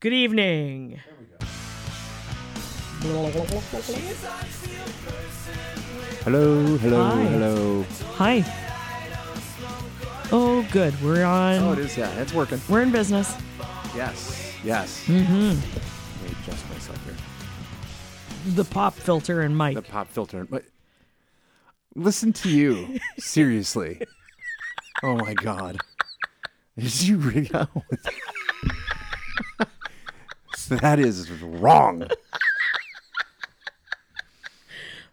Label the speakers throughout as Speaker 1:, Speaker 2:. Speaker 1: Good evening.
Speaker 2: Hello, hello,
Speaker 1: Hi.
Speaker 2: hello.
Speaker 1: Hi. Oh, good. We're on.
Speaker 2: Oh, it is. Yeah, it's working.
Speaker 1: We're in business.
Speaker 2: Yes, yes.
Speaker 1: Mm-hmm.
Speaker 2: Let me adjust myself here.
Speaker 1: The pop filter and mic.
Speaker 2: The pop filter. But listen to you. Seriously. Oh my god. Did you rig out? that is wrong.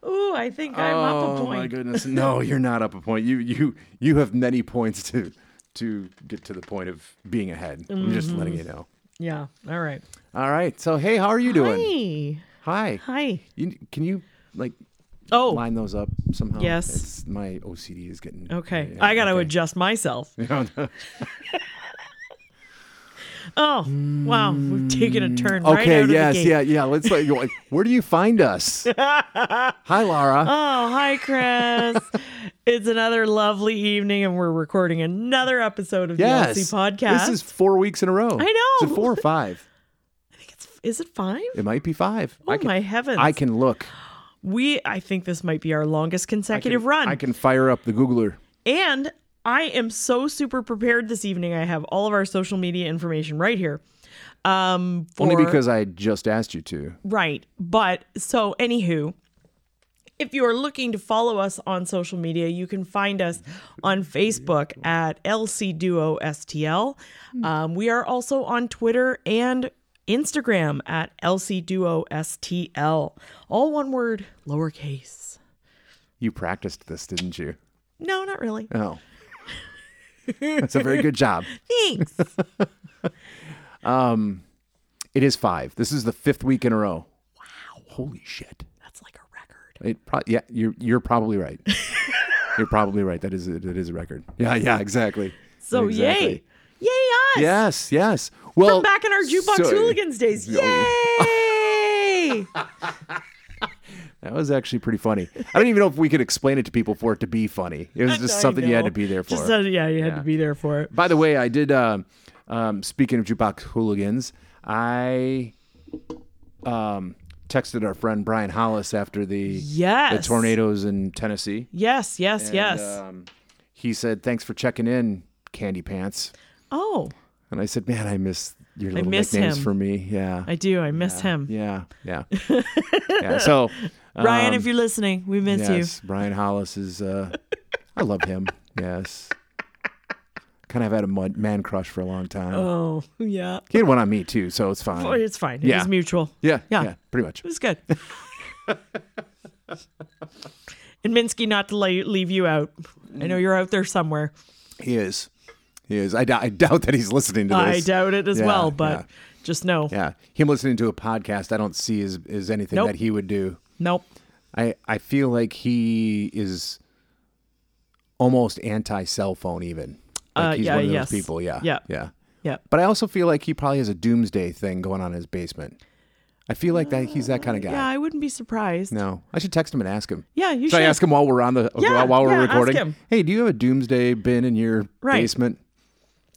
Speaker 1: Ooh, I think I'm
Speaker 2: oh
Speaker 1: up a
Speaker 2: my
Speaker 1: point.
Speaker 2: goodness. No, you're not up a point. You you you have many points to to get to the point of being ahead. I'm just letting you know.
Speaker 1: Yeah. All right.
Speaker 2: All right. So hey, how are you doing?
Speaker 1: Mm-hmm. Hi.
Speaker 2: Hi.
Speaker 1: Hi.
Speaker 2: You, can you like
Speaker 1: Oh.
Speaker 2: line those up somehow?
Speaker 1: Yes.
Speaker 2: It's, my OCD is getting
Speaker 1: okay.
Speaker 2: Yeah,
Speaker 1: I gotta
Speaker 2: okay.
Speaker 1: adjust myself.
Speaker 2: No, no.
Speaker 1: Oh, wow. We've taken a turn right
Speaker 2: okay.
Speaker 1: out of
Speaker 2: yes.
Speaker 1: the gate.
Speaker 2: Yeah. Yeah. Let's like. go- Where do you find us? Hi, Laura.
Speaker 1: Oh, hi, Chris. it's another lovely evening, and we're recording another episode of
Speaker 2: yes.
Speaker 1: the LC podcast.
Speaker 2: This is four weeks in a row.
Speaker 1: I know.
Speaker 2: Is it four or five?
Speaker 1: I think it's is it five?
Speaker 2: It might be five.
Speaker 1: Oh
Speaker 2: I can.
Speaker 1: my heavens!
Speaker 2: I can look.
Speaker 1: We I think this might be our longest
Speaker 2: I can-
Speaker 1: consecutive run.
Speaker 2: I can fire up the Googler.
Speaker 1: And I am so super prepared this evening. I have all of our social media information right here. Um, for,
Speaker 2: Only because I just asked you to.
Speaker 1: right, but so anywho. If you are looking to follow us on social media, you can find us on Facebook at LC Duo STL.
Speaker 2: Hmm.
Speaker 1: Um, we are also on Twitter and Instagram at LC Duo STL. All one word, lowercase.
Speaker 2: You practiced this, didn't you?
Speaker 1: No, not really.
Speaker 2: Oh. That's a very good job.
Speaker 1: Thanks.
Speaker 2: It is five. This is the fifth week in a row. Wow. Holy shit.
Speaker 1: That's like a record.
Speaker 2: It pro- yeah, you're you're probably right. you're probably right. That is a, that is a record. Yeah, yeah, exactly.
Speaker 1: So
Speaker 2: Exactly.
Speaker 1: yay, yay us!
Speaker 2: Yes, yes. Well,
Speaker 1: From back in our jukebox
Speaker 2: so-
Speaker 1: hooligans days, yay!
Speaker 2: That was actually pretty funny. I don't even know if we could explain it to people for it to be funny. It was just
Speaker 1: I
Speaker 2: something you had
Speaker 1: know.
Speaker 2: to be there for.
Speaker 1: Just said, yeah, you had
Speaker 2: Yeah.
Speaker 1: to be there for it.
Speaker 2: By the way, I did. Um, um, speaking of jukebox hooligans, I um, texted our friend Brian Hollis after the the
Speaker 1: Yes.
Speaker 2: tornadoes in Tennessee.
Speaker 1: Yes, yes,
Speaker 2: And,
Speaker 1: yes.
Speaker 2: Um, he said, "Thanks for checking in, Candy Pants."
Speaker 1: oh,
Speaker 2: And I said, "Man, I miss your little
Speaker 1: miss
Speaker 2: nicknames
Speaker 1: him.
Speaker 2: for me." Yeah,
Speaker 1: I do. I miss him.
Speaker 2: yeah, yeah. yeah. So,
Speaker 1: Ryan,
Speaker 2: um,
Speaker 1: if you're listening, we miss
Speaker 2: yes, Brian Hollis is. Uh, I love him. Yes. Kind of had a mud- man crush for a long time.
Speaker 1: you. Oh, yeah.
Speaker 2: He had one on me too, so it's fine.
Speaker 1: Well, it's fine. It
Speaker 2: yeah.
Speaker 1: was mutual.
Speaker 2: yeah,
Speaker 1: yeah.
Speaker 2: yeah, pretty much.
Speaker 1: It was good. and Minsky, not to lay, leave you out. I
Speaker 2: Mm.
Speaker 1: know you're out there somewhere.
Speaker 2: He is. He is. I, dou- I doubt that he's listening to
Speaker 1: I
Speaker 2: this.
Speaker 1: doubt it as
Speaker 2: Yeah,
Speaker 1: well, but
Speaker 2: yeah.
Speaker 1: just know.
Speaker 2: Yeah, him listening to a podcast, I don't see is is anything
Speaker 1: Nope.
Speaker 2: that he would do.
Speaker 1: Nope.
Speaker 2: I I feel like he is almost anti cell phone even. Like
Speaker 1: Uh,
Speaker 2: he's
Speaker 1: yeah,
Speaker 2: one of
Speaker 1: yes.
Speaker 2: those people, yeah.
Speaker 1: Yeah.
Speaker 2: Yeah.
Speaker 1: Yeah.
Speaker 2: But I also feel like he probably has a doomsday thing going on in his basement. I feel like that he's that kind of guy.
Speaker 1: Yeah, I wouldn't be surprised.
Speaker 2: No. I should text him and ask him.
Speaker 1: Yeah, you
Speaker 2: should, I
Speaker 1: should.
Speaker 2: ask him while we're on the
Speaker 1: Yeah,
Speaker 2: while we're
Speaker 1: yeah, ask
Speaker 2: recording?
Speaker 1: him.
Speaker 2: Hey, do you have a doomsday bin in your
Speaker 1: Right.
Speaker 2: basement?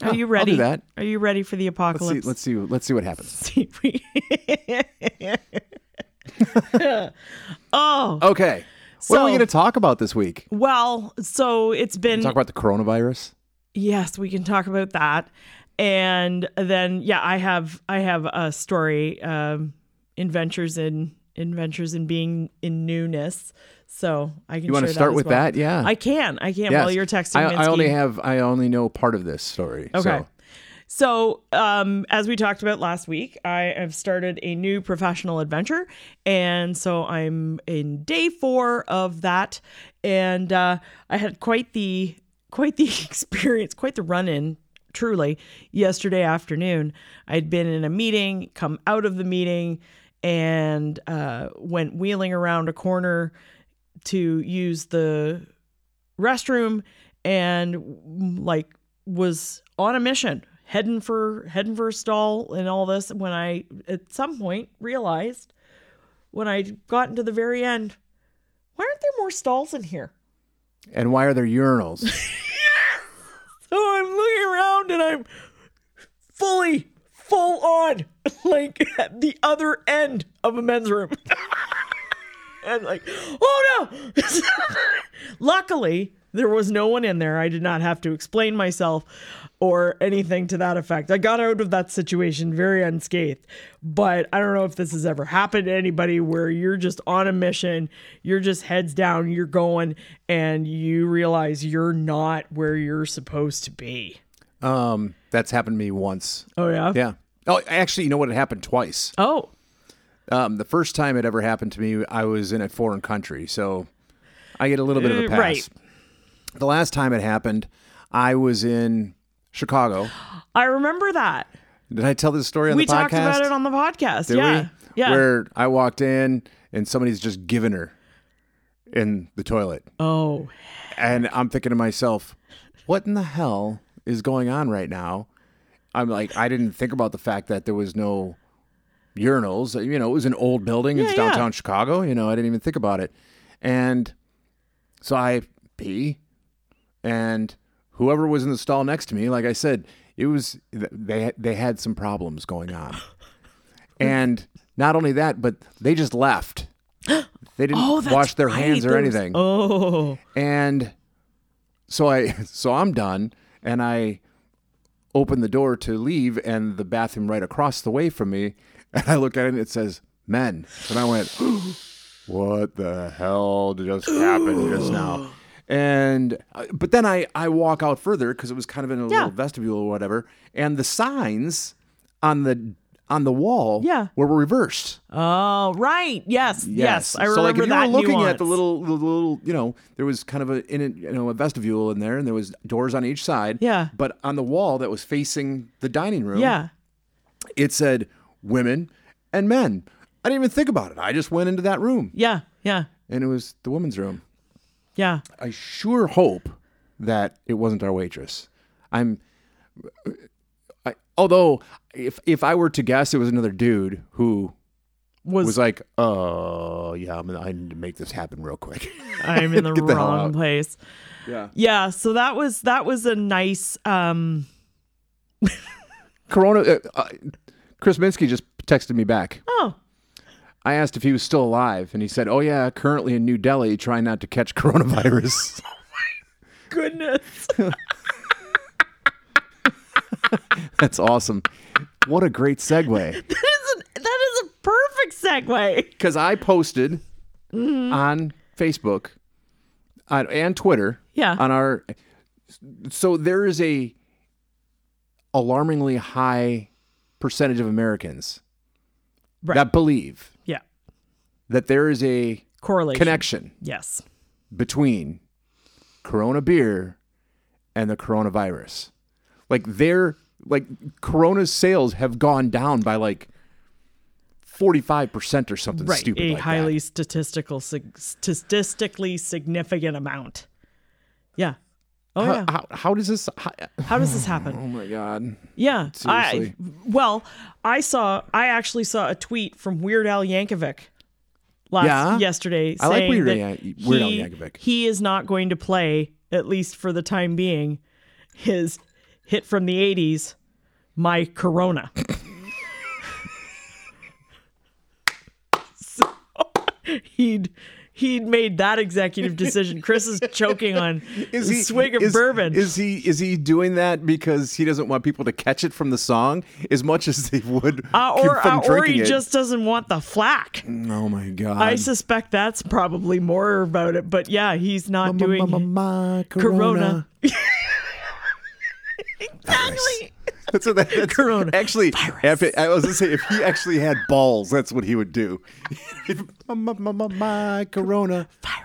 Speaker 1: Are you
Speaker 2: I'll do
Speaker 1: ready?
Speaker 2: that.
Speaker 1: Are you ready for the
Speaker 2: Let's see,
Speaker 1: apocalypse?
Speaker 2: let's see let's see what happens.
Speaker 1: see. oh
Speaker 2: Okay. what are
Speaker 1: So-
Speaker 2: we going to talk about this week?
Speaker 1: well, so it's been
Speaker 2: Talk about the coronavirus?
Speaker 1: yes, we can talk about that, and then yeah, I have I have a story, um, adventures in adventures in being in newness. So I can.
Speaker 2: You want
Speaker 1: share
Speaker 2: to start
Speaker 1: as
Speaker 2: with
Speaker 1: well.
Speaker 2: that? Yeah.
Speaker 1: I can. I can.
Speaker 2: Yes.
Speaker 1: While you're texting,
Speaker 2: I, I
Speaker 1: Minsky.
Speaker 2: only have I only know part of this story.
Speaker 1: Okay.
Speaker 2: So.
Speaker 1: So, um, as we talked about last week, I have started a new professional adventure. And so I'm in day four of that. And uh, I had quite the quite the experience, quite the run in, truly, yesterday afternoon. I'd been in a meeting, come out of the meeting, and uh, went wheeling around a corner to use the restroom and mm, like was on a mission heading for heading for a stall and all this when i at some point realized when i got into the very end why aren't there more stalls in here
Speaker 2: And why are there urinals?
Speaker 1: so i'm looking around and i'm fully full on, like at the other end of a men's room. and like, oh no! Luckily, there was no one in there. I did not have to explain myself or anything to that effect. I got out of that situation very unscathed. But I don't know if this has ever happened to anybody where you're just on a mission, you're just heads down, you're going, and you realize you're not where you're supposed to be.
Speaker 2: Um, that's happened to me once.
Speaker 1: Oh, yeah?
Speaker 2: Yeah. Oh, actually, you know what? It happened twice.
Speaker 1: Oh,
Speaker 2: Um, the first time it ever happened to me, I was in a foreign country, so I get a little bit of a
Speaker 1: Uh,
Speaker 2: pass.
Speaker 1: right.
Speaker 2: The last time it happened, I was in Chicago.
Speaker 1: I remember that.
Speaker 2: Did I tell this story on
Speaker 1: We
Speaker 2: the podcast?
Speaker 1: talked about it on the podcast.
Speaker 2: Did
Speaker 1: yeah.
Speaker 2: we?
Speaker 1: Yeah.
Speaker 2: Where I walked in and somebody's just giving her in the toilet,
Speaker 1: oh,
Speaker 2: and I'm thinking to myself, "What in the hell is going on right now?" I'm like, I didn't think about the fact that there was no urinals. You know, it was an old building. it's
Speaker 1: Yeah, yeah.
Speaker 2: downtown Chicago. You know, I didn't even think about it. And so I pee, and whoever was in the stall next to me, like I said, it was they they had some problems going on, and not only that, but they just left. They didn't
Speaker 1: Oh, that's
Speaker 2: wash their
Speaker 1: right.
Speaker 2: hands or
Speaker 1: There was-
Speaker 2: anything
Speaker 1: oh,
Speaker 2: and so i so i'm done and i open the door to leave and the bathroom right across the way from me and i look at it and it says men and i went what the hell just happened just now and uh, but then i i walk out further because it was kind of in a little vestibule or whatever and the signs on the on the wall
Speaker 1: Yeah.
Speaker 2: were reversed
Speaker 1: oh, right. Yes, yes. I remember
Speaker 2: so like if you
Speaker 1: that.
Speaker 2: were looking at
Speaker 1: nuance.
Speaker 2: the little, the little, you know, there was kind of a in a, you know a vestibule in there, and there was doors on each side.
Speaker 1: Yeah.
Speaker 2: But on the wall that was facing the dining room,
Speaker 1: yeah.
Speaker 2: it said women and men. I didn't even think about it. I just went into that room,
Speaker 1: Yeah. Yeah.
Speaker 2: and it was the women's room.
Speaker 1: Yeah.
Speaker 2: I sure hope that it wasn't our waitress. I'm. I, although, if if I were to guess, it was another dude who
Speaker 1: Was,
Speaker 2: was like, "Oh yeah, I'm, I need to make this happen real quick."
Speaker 1: I'm in the
Speaker 2: Get the hell
Speaker 1: wrong
Speaker 2: out.
Speaker 1: place.
Speaker 2: Yeah.
Speaker 1: Yeah, so that was that was a nice um
Speaker 2: Corona. Uh, uh, Chris Minsky just texted me back.
Speaker 1: oh
Speaker 2: I asked if he was still alive, and he said, "Oh yeah, currently in New Delhi, trying not to catch coronavirus."
Speaker 1: goodness.
Speaker 2: That's awesome. What a great segue.
Speaker 1: That is a, that is a perfect segue.
Speaker 2: Because I posted
Speaker 1: Mm-hmm.
Speaker 2: on Facebook on, and Twitter.
Speaker 1: Yeah.
Speaker 2: On our, so there is a alarmingly high percentage of Americans
Speaker 1: Right.
Speaker 2: that believe
Speaker 1: Yeah.
Speaker 2: that there is a
Speaker 1: Correlation.
Speaker 2: connection
Speaker 1: Yes.
Speaker 2: between Corona beer and the coronavirus. Like their like Corona's sales have gone down by like forty five percent or something
Speaker 1: Right.
Speaker 2: stupid.
Speaker 1: a
Speaker 2: like
Speaker 1: highly statistical sig- statistically significant amount. Yeah. Oh yeah.
Speaker 2: that. How, how does this? How,
Speaker 1: How does this happen?
Speaker 2: oh my god!
Speaker 1: Yeah. I
Speaker 2: Seriously.
Speaker 1: well, I saw I actually saw a tweet from Weird Al Yankovic last
Speaker 2: Yeah?
Speaker 1: yesterday.
Speaker 2: I like
Speaker 1: saying
Speaker 2: Weird Al
Speaker 1: that
Speaker 2: Yan- Weird Al
Speaker 1: he-
Speaker 2: Yankovic.
Speaker 1: He is not going to play, at least for the time being, his hit from the eighties, My Corona. So, he'd he'd made that executive decision. Chris is choking on a swig of
Speaker 2: is-
Speaker 1: bourbon.
Speaker 2: Is he is he doing that because he doesn't want people to catch it from the song as much as they would
Speaker 1: Uh, or,
Speaker 2: from
Speaker 1: uh, or
Speaker 2: drinking
Speaker 1: he
Speaker 2: it?
Speaker 1: just doesn't want the flack.
Speaker 2: oh my god!
Speaker 1: I suspect that's probably more about it, but yeah, he's not doing
Speaker 2: Ma-
Speaker 1: Corona.
Speaker 2: Exactly. That's what that, that's
Speaker 1: Corona
Speaker 2: Actually, if it- I was gonna say if he actually had balls, that's what he would do. my, my, my, my, my Corona.
Speaker 1: virus.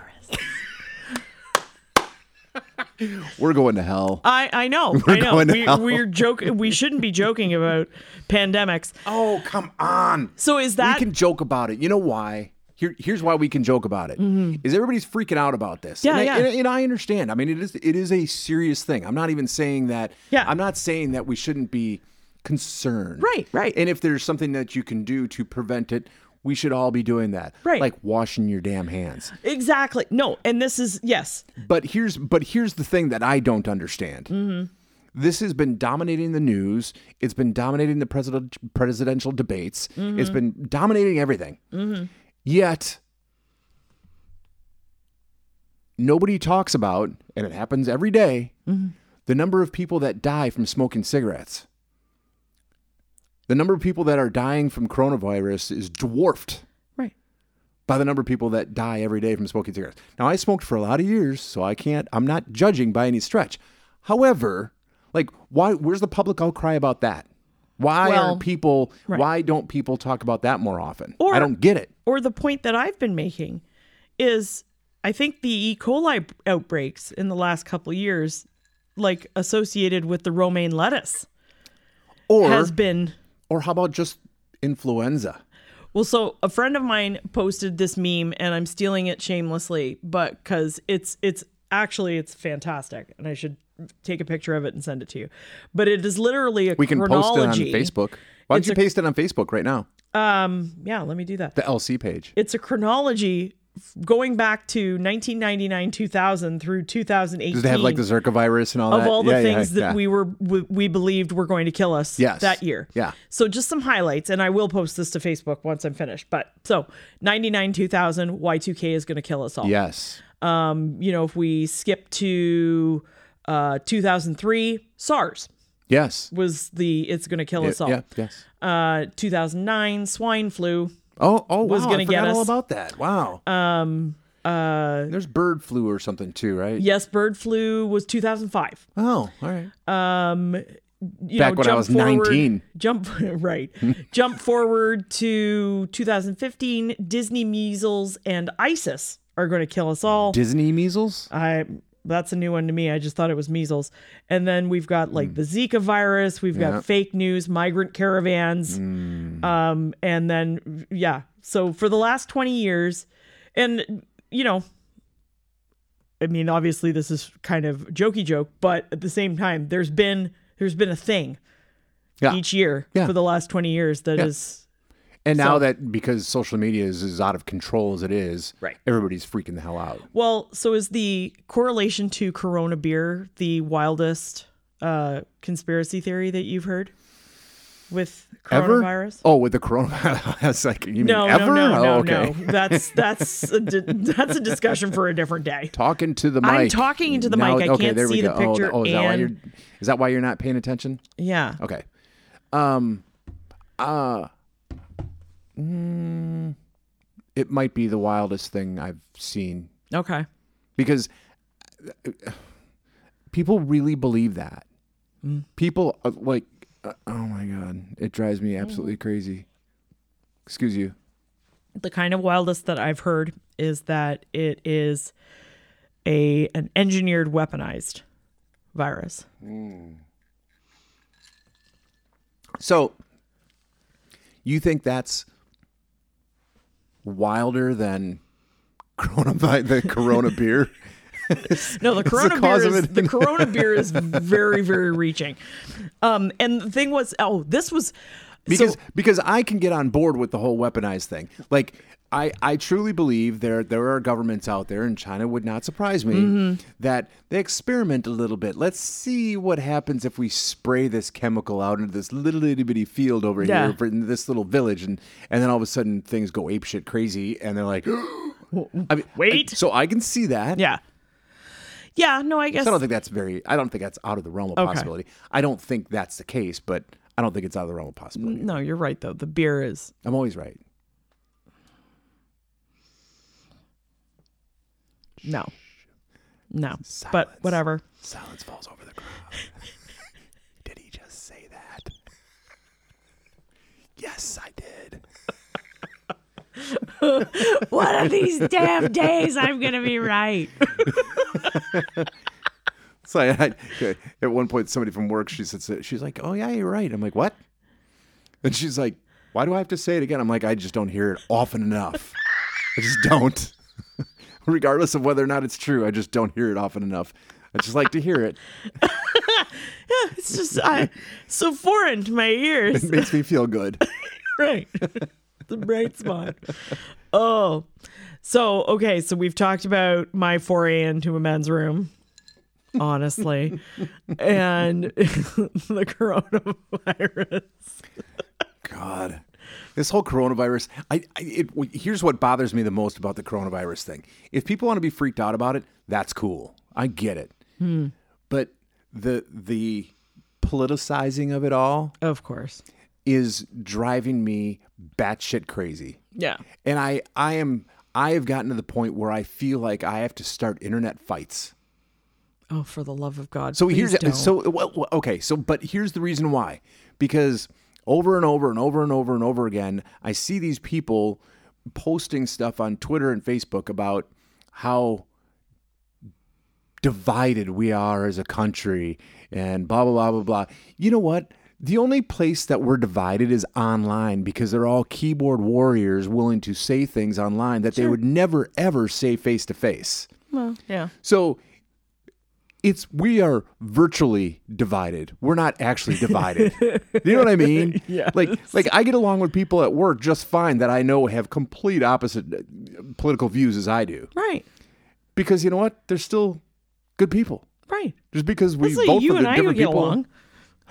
Speaker 2: We're going to hell.
Speaker 1: I, I know, I know.
Speaker 2: going to
Speaker 1: We,
Speaker 2: hell.
Speaker 1: we're joking. We shouldn't be joking about pandemics.
Speaker 2: Oh come on!
Speaker 1: So is
Speaker 2: we
Speaker 1: that
Speaker 2: can joke about it. You know why? Here, here's why we can joke about it. Is everybody's freaking out about this?
Speaker 1: Mm-hmm. Yeah,
Speaker 2: and I,
Speaker 1: yeah.
Speaker 2: And, I- and I understand. I mean, it is it is a serious thing. I'm not even saying that.
Speaker 1: Yeah.
Speaker 2: I'm not saying that we shouldn't be concerned.
Speaker 1: Right, right.
Speaker 2: And if there's something that you can do to prevent it, we should all be doing that.
Speaker 1: Right.
Speaker 2: Like washing your damn hands.
Speaker 1: exactly? No, and this is yes.
Speaker 2: But here's but here's the thing that I don't understand. This has been dominating the news. It's been dominating the president presidential debates. It's been dominating everything. Yet nobody talks about, and it happens every day, the number of people that die from smoking cigarettes. The number of people that are dying from coronavirus is dwarfed
Speaker 1: Right.
Speaker 2: by the number of people that die every day from smoking cigarettes. Now, I smoked for a lot of years, so I can't, I'm not judging by any stretch. However, like, why, where's the public outcry about that? Why
Speaker 1: Well,
Speaker 2: aren't people, why don't people talk about that more often?
Speaker 1: Or-
Speaker 2: I don't get it.
Speaker 1: or the point that I've been making is I think the E. coli outbreaks in the last couple of years, like associated with the romaine lettuce,
Speaker 2: Or,
Speaker 1: has been
Speaker 2: or how about just influenza?
Speaker 1: well. So a friend of mine posted this meme, and I'm stealing it shamelessly, but because it's it's actually it's fantastic, and I should take a picture of it and send it to you. But it is literally a
Speaker 2: We can post
Speaker 1: chronology.
Speaker 2: it on Facebook. Why don't
Speaker 1: It's
Speaker 2: you
Speaker 1: a-
Speaker 2: paste it on Facebook right now?
Speaker 1: Yeah, let me do that.
Speaker 2: The LC page.
Speaker 1: it's a chronology f- going back to 1999 2000 through 2018
Speaker 2: Does it have like the Zirka virus and all
Speaker 1: of
Speaker 2: that?
Speaker 1: all the
Speaker 2: Yeah, yeah,
Speaker 1: things that
Speaker 2: yeah.
Speaker 1: we were we, we believed were going to kill us
Speaker 2: Yes.
Speaker 1: that year
Speaker 2: Yeah.
Speaker 1: so just some highlights and i will post this to facebook once i'm finished but so 99 2000 y2k is going to kill us all
Speaker 2: Yes.
Speaker 1: you know if we skip to uh 2003 sars
Speaker 2: Yes.
Speaker 1: was the it's going to kill us all
Speaker 2: Yeah. Yes.
Speaker 1: uh 2009 swine flu
Speaker 2: Oh, oh,
Speaker 1: was
Speaker 2: wow,
Speaker 1: gonna get
Speaker 2: I forgot all
Speaker 1: us.
Speaker 2: about that. Wow. Um, uh, there's bird flu or something too, right?
Speaker 1: yes bird flu was 2005
Speaker 2: Oh, all right.
Speaker 1: you know,
Speaker 2: Back when I
Speaker 1: jump
Speaker 2: was
Speaker 1: forward,
Speaker 2: 19.
Speaker 1: Jump right. jump forward to 2015. Disney measles and ISIS are going to kill us all.
Speaker 2: Disney measles.
Speaker 1: I that's a new one to me. I just thought it was measles. And then we've got like the Zika virus. We've
Speaker 2: Hmm. Yeah. Hmm.
Speaker 1: got fake news, migrant caravans. Um, and then yeah. So for the last 20 years, and you know. I mean, obviously, this is kind of jokey joke, but at the same time, there's been there's been a thing
Speaker 2: Yeah.
Speaker 1: each year
Speaker 2: Yeah.
Speaker 1: for the last 20 years that is
Speaker 2: and now that because social media is as out of control as it is,
Speaker 1: Right.
Speaker 2: Everybody's freaking the hell out.
Speaker 1: well so is the correlation to corona beer the wildest uh conspiracy theory that you've heard with
Speaker 2: Ever?
Speaker 1: coronavirus
Speaker 2: Oh, with the coronavirus, I was like, you mean
Speaker 1: no
Speaker 2: ever?
Speaker 1: no no no
Speaker 2: oh, okay.
Speaker 1: no that's that's a di- that's a discussion for a different day
Speaker 2: Talking to the mic.
Speaker 1: I'm talking into the
Speaker 2: Now-
Speaker 1: mic. I
Speaker 2: okay,
Speaker 1: can't
Speaker 2: there we
Speaker 1: see the
Speaker 2: go. Oh,
Speaker 1: picture
Speaker 2: Oh, is that why
Speaker 1: and-
Speaker 2: you're? Is that why you're not paying attention?
Speaker 1: yeah
Speaker 2: Okay. Um. Uh. mm, it might be the wildest thing I've seen
Speaker 1: okay
Speaker 2: because uh, people really believe that. People uh, like, uh, oh my god, it drives me absolutely crazy. Excuse you.
Speaker 1: the kind of wildest that I've heard is that it is a an engineered weaponized virus
Speaker 2: So, you think that's wilder than corona the corona beer?
Speaker 1: No, the corona
Speaker 2: cause
Speaker 1: beer
Speaker 2: of
Speaker 1: is
Speaker 2: it.
Speaker 1: the corona beer is very very reaching. Um, and the thing was, oh, this was
Speaker 2: because
Speaker 1: so,
Speaker 2: because I can get on board with the whole weaponized thing. Like I I truly believe there there are governments out there, and China would not surprise me
Speaker 1: Mm-hmm.
Speaker 2: that they experiment a little bit. Let's see what happens if we spray this chemical out into this little itty bitty field over
Speaker 1: Yeah.
Speaker 2: here, for- in this little village, and and then all of a sudden things go apeshit crazy, and they're like, I mean,
Speaker 1: Wait.
Speaker 2: I- so I can see that.
Speaker 1: yeah, yeah. No, I guess
Speaker 2: So I don't think that's very. I don't think that's out of the realm of possibility. I don't think that's the case, but I don't think it's out of the realm of possibility.
Speaker 1: no. You're right though. The beer is
Speaker 2: I'm always right.
Speaker 1: no, no. But whatever.
Speaker 2: Silence falls over the crowd. did he just say that? Yes, I did.
Speaker 1: One of these damn days, I'm gonna be right.
Speaker 2: So I, I- at one point, somebody from work, she said, she's like, "Oh yeah, you're right." I'm like, "What?" And she's like, "Why do I have to say it again?" I'm like, "I just don't hear it often enough. I just don't." Regardless of whether or not it's true, I just don't hear it often enough. I just like to hear it.
Speaker 1: It's just I, so foreign to my ears.
Speaker 2: It makes me feel good.
Speaker 1: right. the bright spot. Oh. So, okay, so we've talked about my foray into a men's room. honestly, and the coronavirus.
Speaker 2: God. This whole coronavirus, I, I it, w- here's what bothers me the most about the coronavirus thing. If people want to be freaked out about it, that's cool. I get it. But the the politicizing of it all
Speaker 1: Of course.
Speaker 2: is driving me batshit crazy.
Speaker 1: Yeah.
Speaker 2: And I I am I have gotten to the point where I feel like I have to start internet fights.
Speaker 1: Oh, for the love of God.
Speaker 2: So
Speaker 1: please
Speaker 2: here's
Speaker 1: don't.
Speaker 2: so well, well, okay. So but here's the reason why, because over and over and over and over and over again, I see these people posting stuff on Twitter and Facebook about how divided we are as a country and blah blah blah blah blah. You know what? The only place that we're divided is online because they're all keyboard warriors willing to say things online that they would never ever say face to face.
Speaker 1: Well, yeah.
Speaker 2: So it's we are virtually divided. We're not actually divided. you know what I mean?
Speaker 1: Yes.
Speaker 2: Like like I get along with people at work just fine that I know have complete opposite uh, political views as I do.
Speaker 1: Right.
Speaker 2: Because you know what? They're still good people.
Speaker 1: Right.
Speaker 2: Just because we
Speaker 1: That's like
Speaker 2: both
Speaker 1: you
Speaker 2: are
Speaker 1: and
Speaker 2: the
Speaker 1: I would
Speaker 2: different
Speaker 1: get
Speaker 2: people,
Speaker 1: along.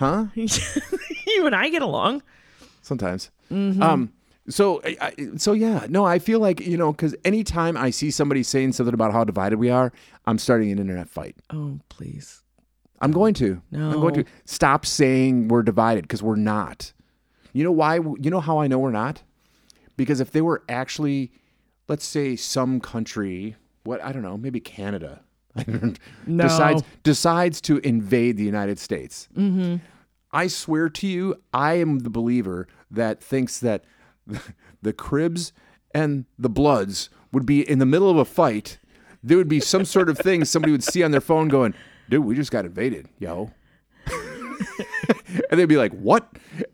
Speaker 2: huh?
Speaker 1: you and I get along.
Speaker 2: sometimes.
Speaker 1: Mm-hmm.
Speaker 2: Um, so, I, I, so yeah, no, I feel like you know, because anytime I see somebody saying something about how divided we are, I'm starting an internet fight.
Speaker 1: Oh, please.
Speaker 2: I'm going to.
Speaker 1: No.
Speaker 2: I'm going to stop saying we're divided because we're not. You know why? You know how I know we're not? Because if they were actually, let's say, some country, what I don't know, maybe Canada,
Speaker 1: No.
Speaker 2: decides decides to invade the United States. I swear to you, I am the believer that thinks that the Cribs and the Bloods would be in the middle of a fight. There would be some sort of thing somebody would see on their phone going, dude, we just got invaded, yo. and they'd be like, what?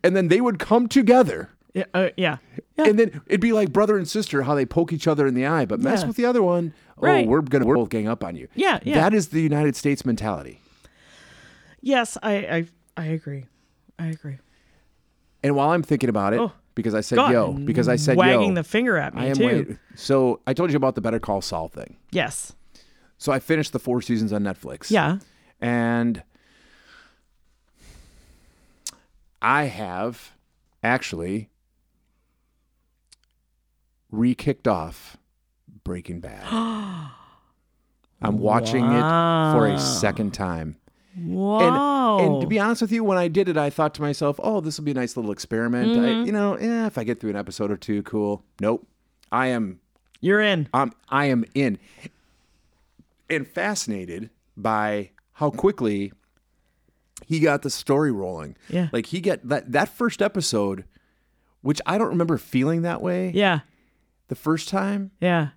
Speaker 2: And then they would come together.
Speaker 1: Yeah. Uh, yeah. Yeah.
Speaker 2: And then it'd be like brother and sister, how they poke each other in the eye, but mess
Speaker 1: Yeah.
Speaker 2: with the other one.
Speaker 1: Right.
Speaker 2: Oh, we're gonna we're both gang up on you.
Speaker 1: Yeah, yeah.
Speaker 2: That is the United States mentality.
Speaker 1: Yes, I, I I agree. I agree.
Speaker 2: And while I'm thinking about it,
Speaker 1: Oh.
Speaker 2: because I said
Speaker 1: God,
Speaker 2: yo, because I said
Speaker 1: wagging
Speaker 2: yo,
Speaker 1: the finger at me
Speaker 2: I am
Speaker 1: too.
Speaker 2: wait- So I told you about the Better Call Saul thing.
Speaker 1: Yes.
Speaker 2: So I finished the four seasons on Netflix.
Speaker 1: Yeah.
Speaker 2: And I have actually re kicked off Breaking Bad. I'm watching it for a second time. And,
Speaker 1: Wow.
Speaker 2: and to be honest with you, when I did it, I thought to myself, oh, this will be a nice little experiment. I, you know, eh, if I get through an episode or two, cool. Nope. I am
Speaker 1: You're in.
Speaker 2: I'm, I am in and fascinated by how quickly he got the story rolling.
Speaker 1: Yeah.
Speaker 2: Like he got that, that first episode, which I don't remember feeling that way
Speaker 1: Yeah.
Speaker 2: the first time,
Speaker 1: Yeah.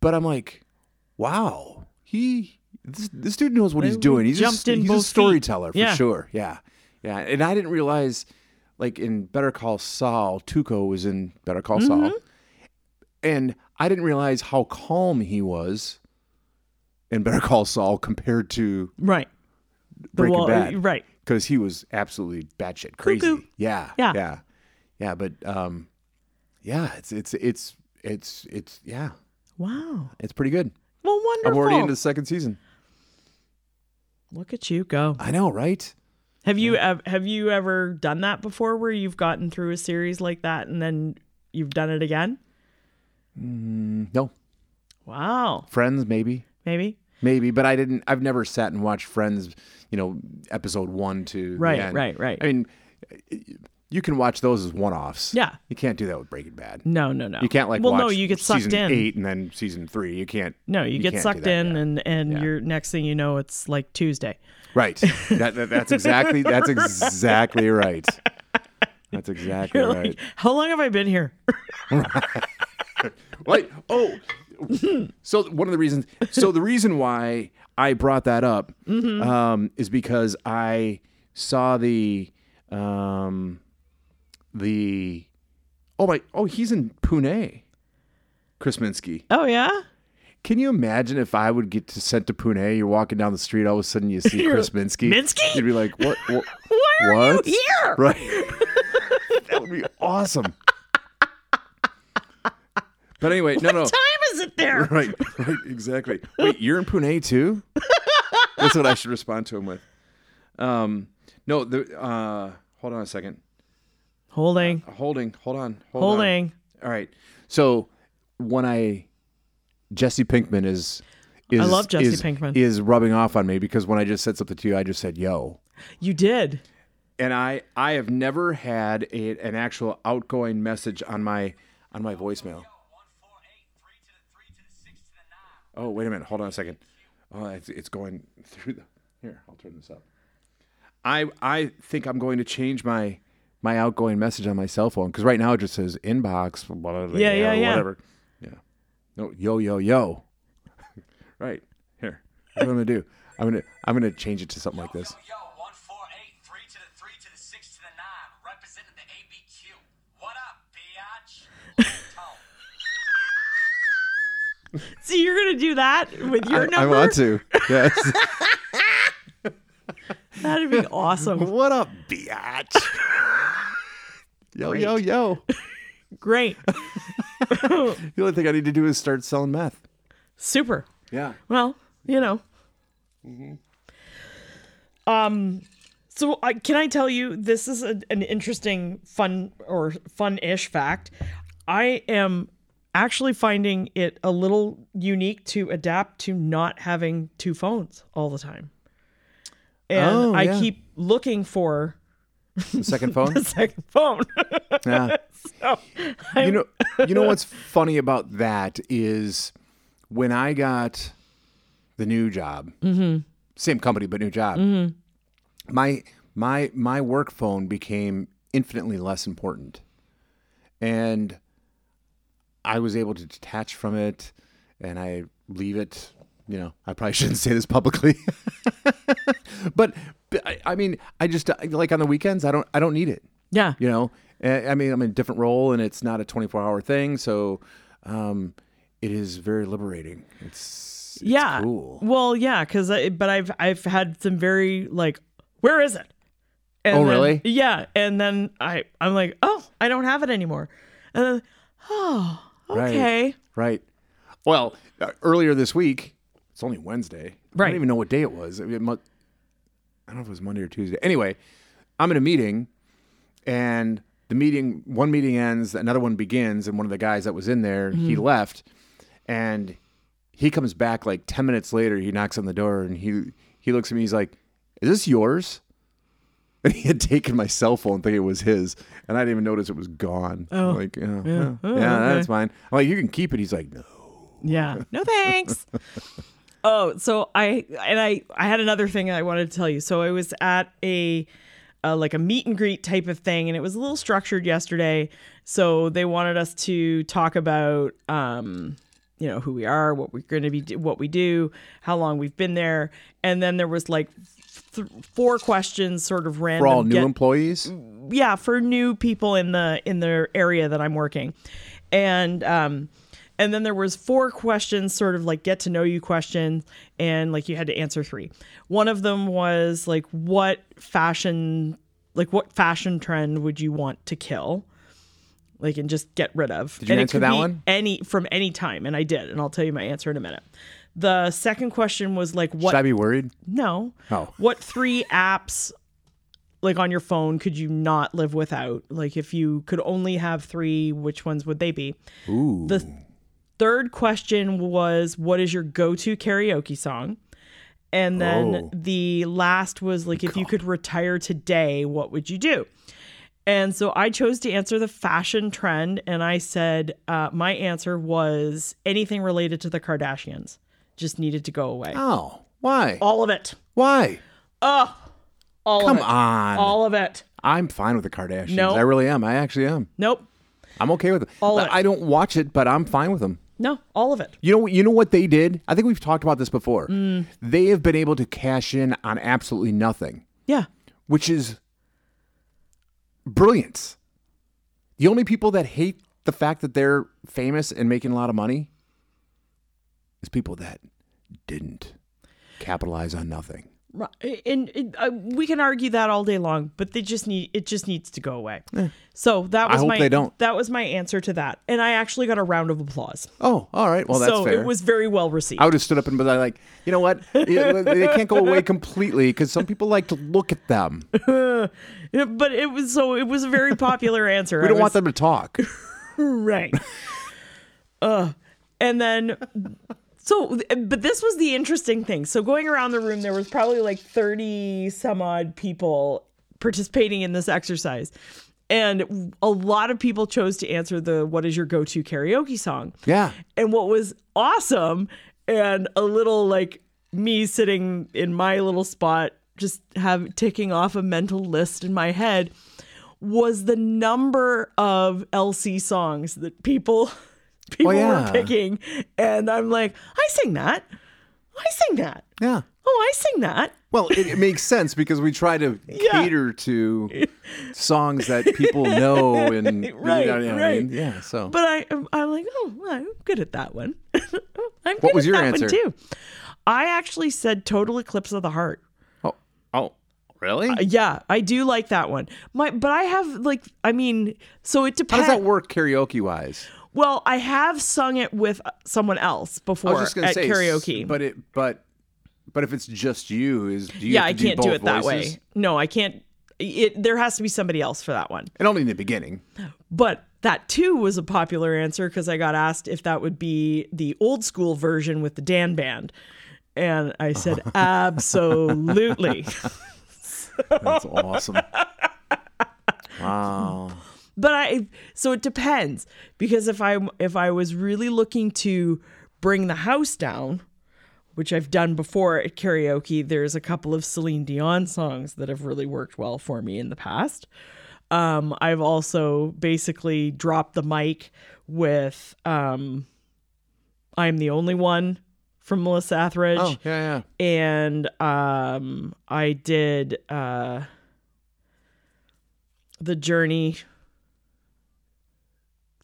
Speaker 2: but I'm like, wow, he, this, this dude knows what he's
Speaker 1: Well,
Speaker 2: doing. He's,
Speaker 1: jumped
Speaker 2: just,
Speaker 1: in
Speaker 2: he's a
Speaker 1: both feet.
Speaker 2: storyteller for
Speaker 1: Yeah.
Speaker 2: sure. Yeah. Yeah. And I didn't realize like in Better Call Saul, Tuco was in Better Call Saul.
Speaker 1: Mm-hmm.
Speaker 2: And I didn't realize how calm he was in Better Call Saul compared to
Speaker 1: Right.
Speaker 2: Breaking
Speaker 1: wall-
Speaker 2: Bad.
Speaker 1: Right.
Speaker 2: Because he was absolutely batshit crazy.
Speaker 1: Cuckoo.
Speaker 2: Yeah.
Speaker 1: Yeah.
Speaker 2: Yeah. Yeah. But um yeah, it's it's it's it's it's yeah.
Speaker 1: Wow.
Speaker 2: It's pretty good.
Speaker 1: Well, wonderful.
Speaker 2: I'm already into the second season.
Speaker 1: Look at you go.
Speaker 2: I know, right?
Speaker 1: Have you ev- have you ever done that before, where you've gotten through a series like that and then you've done it again?
Speaker 2: No.
Speaker 1: Wow.
Speaker 2: Friends, maybe.
Speaker 1: Maybe.
Speaker 2: Maybe, but I didn't. I've never sat and watched Friends, you know, episode one to
Speaker 1: Right,
Speaker 2: The end.
Speaker 1: right, right.
Speaker 2: I mean, you can watch those as one-offs.
Speaker 1: Yeah.
Speaker 2: you can't do that with Breaking Bad.
Speaker 1: No. No. No.
Speaker 2: You can't like
Speaker 1: Well,
Speaker 2: watch
Speaker 1: no. You get sucked
Speaker 2: season
Speaker 1: in.
Speaker 2: eight and then season three. You can't.
Speaker 1: No, you, get
Speaker 2: can't do
Speaker 1: sucked
Speaker 2: that,
Speaker 1: in,
Speaker 2: yeah.
Speaker 1: and and you're next thing you know, it's like Tuesday.
Speaker 2: Right. That, that- that's exactly. That's exactly right. That's exactly
Speaker 1: You're
Speaker 2: right.
Speaker 1: like, how long have I been here?
Speaker 2: like oh so one of the reasons so the reason why i brought that up um, is because i saw the um the oh my oh he's in pune Krasminski.
Speaker 1: oh yeah.
Speaker 2: Can you imagine if I would get to sent to Pune? You're walking down the street, all of a sudden you see Chris Minsky.
Speaker 1: Minsky?
Speaker 2: You'd be like, "What? What?
Speaker 1: Why are
Speaker 2: What?
Speaker 1: you here?
Speaker 2: Right? that would be awesome." But anyway, no, no,
Speaker 1: Time is it there?
Speaker 2: right, right, exactly. Wait, you're in Pune too? That's what I should respond to him with. Um, no, the uh, hold on a second.
Speaker 1: Holding.
Speaker 2: Holding, hold on, hold on.
Speaker 1: Holding.
Speaker 2: All right. So when I Jesse Pinkman is, is
Speaker 1: love Jesse
Speaker 2: is-
Speaker 1: Pinkman.
Speaker 2: is rubbing off on me because when I just said something to you, I just said yo,
Speaker 1: You did.
Speaker 2: and I I have never had a, an actual outgoing message on my on my voicemail. Oh wait a minute, hold on a second. Oh, it's, it's going through the here. I'll turn this up. I I think I'm going to change my my outgoing message on my cell phone because right now it just says inbox. Blah, blah, blah,
Speaker 1: Yeah, yeah, yeah.
Speaker 2: whatever. Yeah. No, yo, yo, yo. right here. That's what I'm gonna do. I'm gonna I'm gonna change it to something like this.
Speaker 3: Yo, yo, one four eight three to the three to the six to the nine, representing the ABQ. What up, biatch? Tone.
Speaker 1: So you're gonna do that with your
Speaker 2: I, I
Speaker 1: number?
Speaker 2: want to. Yes.
Speaker 1: That'd be awesome.
Speaker 2: what up, biatch? yo, yo, yo.
Speaker 1: Great.
Speaker 2: The only thing I need to do is start selling meth.
Speaker 1: Super.
Speaker 2: Yeah.
Speaker 1: Well, you know.
Speaker 2: Mm-hmm.
Speaker 1: Um. So I, can I tell you this is a, an interesting, fun or fun-ish fact. I am actually finding it a little unique to adapt to not having two phones all the time, and
Speaker 2: Oh,
Speaker 1: I
Speaker 2: yeah.
Speaker 1: keep looking for
Speaker 2: The second phone?
Speaker 1: a second phone.
Speaker 2: Yeah.
Speaker 1: so,
Speaker 2: You know you know what's funny about that is when I got the new job, same company but new job, my my my work phone became infinitely less important. And I was able to detach from it and I leave it. You know, I probably shouldn't say this publicly, but, but I, I mean, I just like on the weekends, I don't, I don't need it
Speaker 1: yeah.
Speaker 2: you know A- i mean i'm in a different role and it's not a 24 hour thing so um it is very liberating it's, it's
Speaker 1: yeah
Speaker 2: cool
Speaker 1: well yeah because but i've i've had some very like where is it and
Speaker 2: Oh,
Speaker 1: then-
Speaker 2: really?
Speaker 1: yeah and then i i'm like oh i don't have it anymore and then oh
Speaker 2: Right.
Speaker 1: okay
Speaker 2: right well uh, earlier this week it's only wednesday i
Speaker 1: Right.
Speaker 2: don't even know what day it was I, mean, it mu- I don't know if it was monday or tuesday anyway i'm in a meeting and the meeting one meeting ends another one begins and one of the guys that was in there he left and he comes back like 10 minutes later he knocks on the door and he he looks at me he's like is this yours and he had taken my cell phone thinking it was his and i didn't even notice it was gone oh. like yeah, yeah, yeah,
Speaker 1: Oh,
Speaker 2: that's mine i'm like you can keep it he's like no
Speaker 1: Yeah. No thanks. oh, so I and I I had another thing I wanted to tell you. So I was at a uh, like a meet and greet type of thing, and it was a little structured yesterday. So they wanted us to talk about um, you know who we are, what we're going to be, what we do, how long we've been there, and then there was like th- four questions, sort of random.
Speaker 2: for all new
Speaker 1: get-
Speaker 2: employees
Speaker 1: yeah for new people in the in the area that i'm working and um and then there was four questions sort of like get to know you questions and like you had to answer three one of them was like what fashion like what fashion trend would you want to kill like and just get rid of
Speaker 2: you
Speaker 1: and it
Speaker 2: answer
Speaker 1: could
Speaker 2: that
Speaker 1: be
Speaker 2: one?
Speaker 1: any from any time and i did and i'll tell you my answer in a minute the second question was like what
Speaker 2: should i be worried
Speaker 1: no.
Speaker 2: Oh.
Speaker 1: What three apps like on your phone could you not live without? Like if you could only have three, which ones would they be?
Speaker 2: ooh
Speaker 1: The third question was what is your go-to karaoke song? And then
Speaker 2: Oh.
Speaker 1: the last was like if you could retire today, what would you do? And so I chose to answer the fashion trend, and I said uh, my answer was anything related to the Kardashians just needed to go away.
Speaker 2: oh why
Speaker 1: All of it.
Speaker 2: why
Speaker 1: All of
Speaker 2: come
Speaker 1: it.
Speaker 2: on
Speaker 1: All of it.
Speaker 2: i'm fine with the kardashians
Speaker 1: No.
Speaker 2: i really am i actually am
Speaker 1: Nope.
Speaker 2: i'm okay with it
Speaker 1: All of it.
Speaker 2: i don't watch it but i'm fine with them
Speaker 1: No, all of it.
Speaker 2: You know, you know what they did. I think we've talked about this before.
Speaker 1: Mm.
Speaker 2: They have been able to cash in on absolutely nothing,
Speaker 1: Yeah.
Speaker 2: which is brilliance. The only people that hate the fact that they're famous and making a lot of money is people that didn't capitalize on nothing.
Speaker 1: Ri- And it, uh, we can argue that all day long, but they just need it just needs to go away. So that was
Speaker 2: hope
Speaker 1: my
Speaker 2: they don't.
Speaker 1: that was my answer to that, and I actually got a round of applause.
Speaker 2: Oh, all right. Well, that's
Speaker 1: so
Speaker 2: fair.
Speaker 1: it was very well received.
Speaker 2: I would have stood up and been like, you know what? Yeah, they can't go away completely because some people like to look at them. We
Speaker 1: Yeah, but it was so it was a very popular answer.
Speaker 2: don't want them to talk.
Speaker 1: right. uh, and then so but this was the interesting thing. So going around the room there was probably like 30 some odd people participating in this exercise. And a lot of people chose to answer the what is your go-to karaoke song.
Speaker 2: Yeah.
Speaker 1: And what was awesome and a little like me sitting in my little spot, just have ticking off a mental list in my head, was the number of LC songs that people people
Speaker 2: Oh, yeah.
Speaker 1: were picking. And I'm like, I sing that. I sing that.
Speaker 2: Yeah.
Speaker 1: Oh, I sing that.
Speaker 2: Well, it, it makes sense because we try to
Speaker 1: Yeah.
Speaker 2: cater to songs that people know and you know
Speaker 1: Right,
Speaker 2: what I mean?
Speaker 1: right.
Speaker 2: Yeah. So
Speaker 1: But I, I'm like, oh, well, I'm good at that one. I'm what good
Speaker 2: was
Speaker 1: at
Speaker 2: your
Speaker 1: that
Speaker 2: answer?
Speaker 1: One too. I actually said "Total Eclipse of the Heart."
Speaker 2: oh, oh, really?
Speaker 1: Yeah, I do like that one. My, but I have like, I mean, so it
Speaker 2: How
Speaker 1: depends.
Speaker 2: does that work karaoke wise?
Speaker 1: Well, I have sung it with someone else
Speaker 2: I
Speaker 1: before
Speaker 2: was just gonna
Speaker 1: at
Speaker 2: say s-
Speaker 1: karaoke.
Speaker 2: but it but but if it's just you, is do you
Speaker 1: yeah,
Speaker 2: have
Speaker 1: I
Speaker 2: to do
Speaker 1: can't do,
Speaker 2: both
Speaker 1: it that
Speaker 2: voices?
Speaker 1: way. No, I can't. It there has to be somebody else for that one.
Speaker 2: And only in the beginning.
Speaker 1: But that too was a popular answer because I got asked if that would be the old school version with the Dan band, and I said absolutely.
Speaker 2: That's awesome. Wow.
Speaker 1: but I so it depends because if I if I was really looking to bring the house down, which I've done before at karaoke, there's a couple of Celine Dion songs that have really worked well for me in the past. Um, I've also basically dropped the mic with um, "I'm the Only One" from Melissa Etheridge
Speaker 2: Oh, yeah, yeah.
Speaker 1: and um I did uh the journey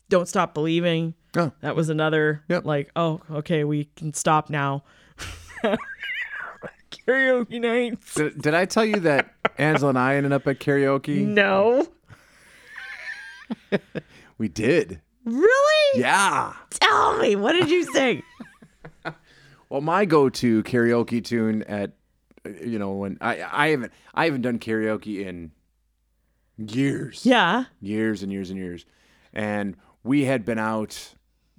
Speaker 1: don't stop believing
Speaker 2: Oh.
Speaker 1: that was another
Speaker 2: Yep.
Speaker 1: like oh okay we can stop now karaoke night
Speaker 2: Did, did I tell you that Angela and I ended up at karaoke?
Speaker 1: Mm. no
Speaker 2: We did.
Speaker 1: really
Speaker 2: Yeah.
Speaker 1: tell me what did you sing
Speaker 2: Well, my go-to karaoke tune at you know when I I haven't I haven't done karaoke in years.
Speaker 1: yeah
Speaker 2: years and years and years. And we had been out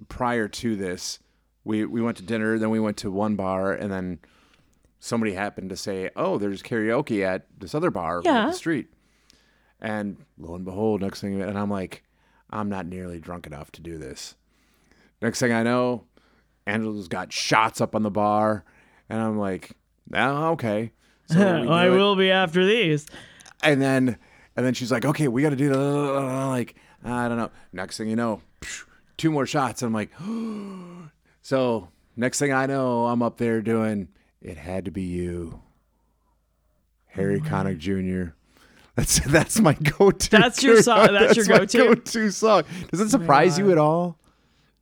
Speaker 2: prior to this. We we went to dinner, then we went to one bar, and then somebody happened to say, "Oh, there's karaoke at this other bar right up
Speaker 1: Yeah.
Speaker 2: the street." And lo and behold, next thing, and I'm like, "I'm not nearly drunk enough to do this." Next thing I know, Angela's got shots up on the bar, and I'm like, "Oh, okay." So we
Speaker 1: I
Speaker 2: do it
Speaker 1: will be after these
Speaker 2: and then and then she's like, okay, we got to do that. Like, I don't know. Next thing you know, psh, two more shots. I'm like, so next thing I know, I'm up there doing. It had to be you, Harry
Speaker 1: Oh
Speaker 2: Connick Jr. That's that's my go-to.
Speaker 1: That's your song- that's your
Speaker 2: my
Speaker 1: go-to? Oh
Speaker 2: go-to song. Does it surprise you at all?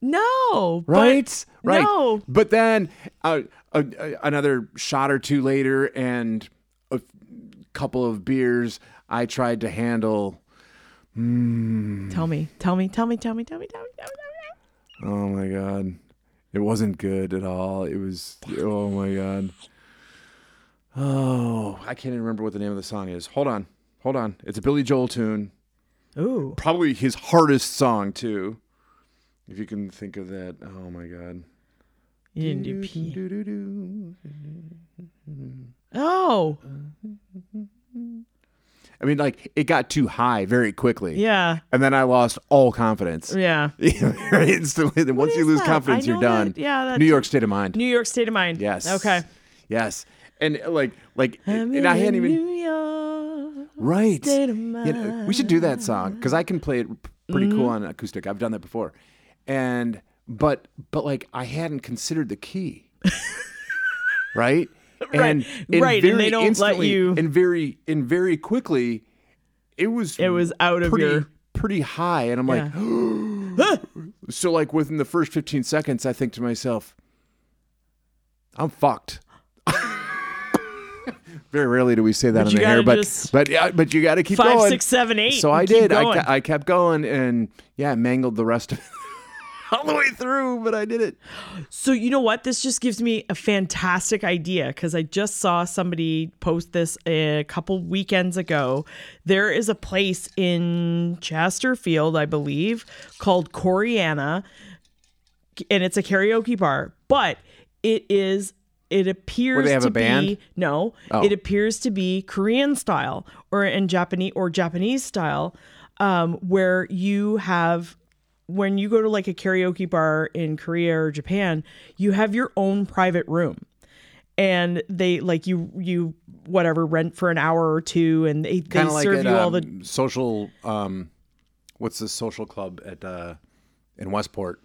Speaker 1: no but-
Speaker 2: right right
Speaker 1: no.
Speaker 2: but then uh, uh, uh, another shot or two later and a f- couple of beers i tried to handle
Speaker 1: tell me tell me tell me tell me tell me tell me tell me, tell me.
Speaker 2: oh my god it wasn't good at all it was oh my god oh i can't even remember what the name of the song is hold on hold on it's a billy joel tune
Speaker 1: Ooh.
Speaker 2: probably his hardest song too if you can think of that oh my god
Speaker 1: You didn't do pee.
Speaker 2: Doo-doo-doo.
Speaker 1: Oh,
Speaker 2: I mean, like it got too high very quickly.
Speaker 1: yeah,
Speaker 2: And then I lost all confidence.
Speaker 1: yeah.
Speaker 2: Instantly. Then once you
Speaker 1: is
Speaker 2: lose
Speaker 1: that?
Speaker 2: confidence,
Speaker 1: I
Speaker 2: you're
Speaker 1: know
Speaker 2: done.
Speaker 1: that- yeah, that-
Speaker 2: New York state of mind.
Speaker 1: New York State of Mind.
Speaker 2: yes.
Speaker 1: Okay.
Speaker 2: Yes. And uh, like, like,
Speaker 1: I'm
Speaker 2: and I hadn't
Speaker 1: in
Speaker 2: even
Speaker 1: New York.
Speaker 2: right.
Speaker 1: state of
Speaker 2: You know, we should do that song because I can play it pretty cool
Speaker 1: Mm-hmm.
Speaker 2: on acoustic. I've done that before, and but but like I hadn't considered the key, right? And,
Speaker 1: Right, and they don't let
Speaker 2: instantly-
Speaker 1: you-
Speaker 2: And very and very quickly, it was it
Speaker 1: was out of
Speaker 2: pretty,
Speaker 1: your-
Speaker 2: pretty high, and I'm like, so like within the first 15 seconds, I think to myself, I'm fucked. Very rarely do we say that
Speaker 1: But
Speaker 2: on
Speaker 1: you
Speaker 2: the air,
Speaker 1: gotta
Speaker 2: but
Speaker 1: just-
Speaker 2: but yeah, but you got to keep
Speaker 1: Five,
Speaker 2: going.
Speaker 1: six, seven, eight,
Speaker 2: So I
Speaker 1: and keep
Speaker 2: did. I,
Speaker 1: going.
Speaker 2: ke- I kept going, and yeah, mangled the rest of it all the way through. But I did it.
Speaker 1: So you know what? This just gives me a fantastic idea because I just saw somebody post this a couple weekends ago. There is a place in Chesterfield, I believe, called Coriana, and it's a karaoke bar, but it is. It appears
Speaker 2: have
Speaker 1: to
Speaker 2: a band? Oh.
Speaker 1: be no. It appears to be Korean style or in Japanese or Japanese style, um, where you have when you go to like a karaoke bar in Korea or Japan, you have your own private room and they like you you whatever rent for an hour or two and they, they
Speaker 2: Kind of
Speaker 1: serve
Speaker 2: like
Speaker 1: you
Speaker 2: at
Speaker 1: all
Speaker 2: um,
Speaker 1: the
Speaker 2: social. Um, what's the social club at uh, in Westport?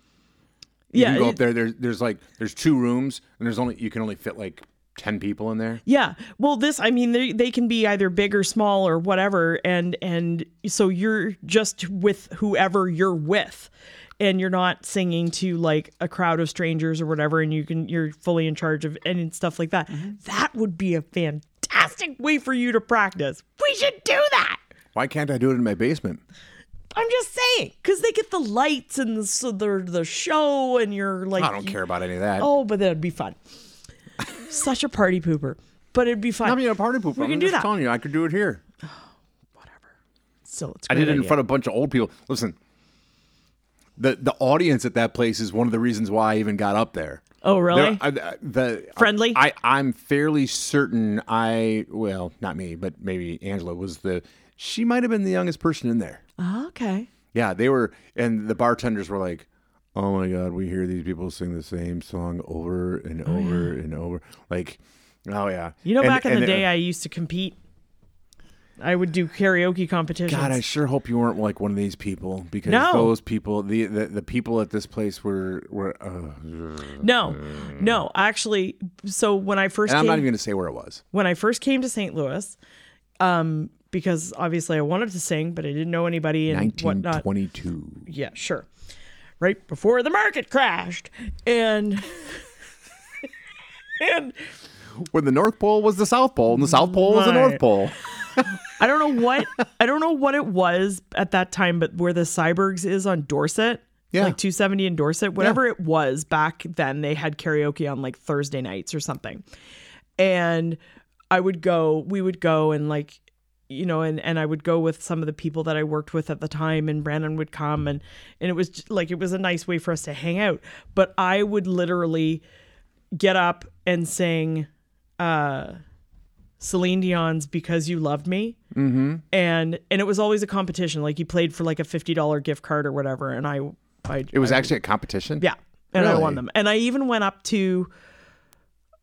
Speaker 1: yeah
Speaker 2: you go up there. There's there's like there's two rooms, and there's only you can only fit like ten people in there.
Speaker 1: Yeah. Well, this I mean they they can be either big or small or whatever and and so you're just with whoever you're with and you're not singing to like a crowd of strangers or whatever and you can you're fully in charge of and stuff like that.
Speaker 2: Mm-hmm.
Speaker 1: That would be a fantastic way for you to practice. We should do that.
Speaker 2: Why can't I do it in my basement?
Speaker 1: I'm just saying cuz they get the lights and the so the, the show and you're like
Speaker 2: I don't care about any of that.
Speaker 1: Oh, but that'd be fun. Such a party pooper. But it'd be fun.
Speaker 2: I mean, a party pooper.
Speaker 1: We
Speaker 2: I'm
Speaker 1: can do
Speaker 2: just
Speaker 1: that.
Speaker 2: telling you, I could do it here.
Speaker 1: Still, it's a
Speaker 2: I did
Speaker 1: great
Speaker 2: it in
Speaker 1: idea.
Speaker 2: front of a bunch of old people. Listen, the the audience at that place is one of the reasons why I even got up there.
Speaker 1: Oh, really?
Speaker 2: There- I- I- the
Speaker 1: Friendly?
Speaker 2: I I'm fairly certain I well not me but maybe Angela was the she might have been the youngest person in there.
Speaker 1: Ah, okay.
Speaker 2: Yeah, they were, and the bartenders were like, "Oh my god, we hear these people sing the same song over and over and over." Like, oh
Speaker 1: Oh,
Speaker 2: yeah,
Speaker 1: You know,
Speaker 2: And-
Speaker 1: back in
Speaker 2: and,
Speaker 1: the day,
Speaker 2: uh,
Speaker 1: I used to compete. I would do karaoke competitions.
Speaker 2: God, I sure hope you weren't like one of these people because
Speaker 1: No.
Speaker 2: those people, the, the the people at this place were were. Uh, and
Speaker 1: no, no, actually. So when I first
Speaker 2: Mm. I'm
Speaker 1: came,
Speaker 2: not even going to say where it was.
Speaker 1: when I first came to St. Louis, um, because obviously I wanted to sing, but I didn't know anybody and whatnot.
Speaker 2: 1922.
Speaker 1: yeah, sure. Right before the market crashed, and and
Speaker 2: When the North Pole was the South Pole, and the South Pole was the North
Speaker 1: Right.
Speaker 2: Pole.
Speaker 1: I don't know what I don't know what it was at that time, but where the Cybergs is on Dorset,
Speaker 2: Yeah.
Speaker 1: like 270 in Dorset, whatever it was back then, they had karaoke on like Thursday nights or something, and I would go, we would go and like you know and and I would go with some of the people that I worked with at the time and Brandon would come and and it was j- like it was a nice way for us to hang out but I would literally get up and sing uh Celine Dion's Because You Loved Me
Speaker 2: Mm-hmm.
Speaker 1: and and it was always a competition. Like you played for like a fifty dollar gift card or whatever, and I I
Speaker 2: It was actually a competition.
Speaker 1: yeah, and I
Speaker 2: Really?
Speaker 1: won them. And I even went up to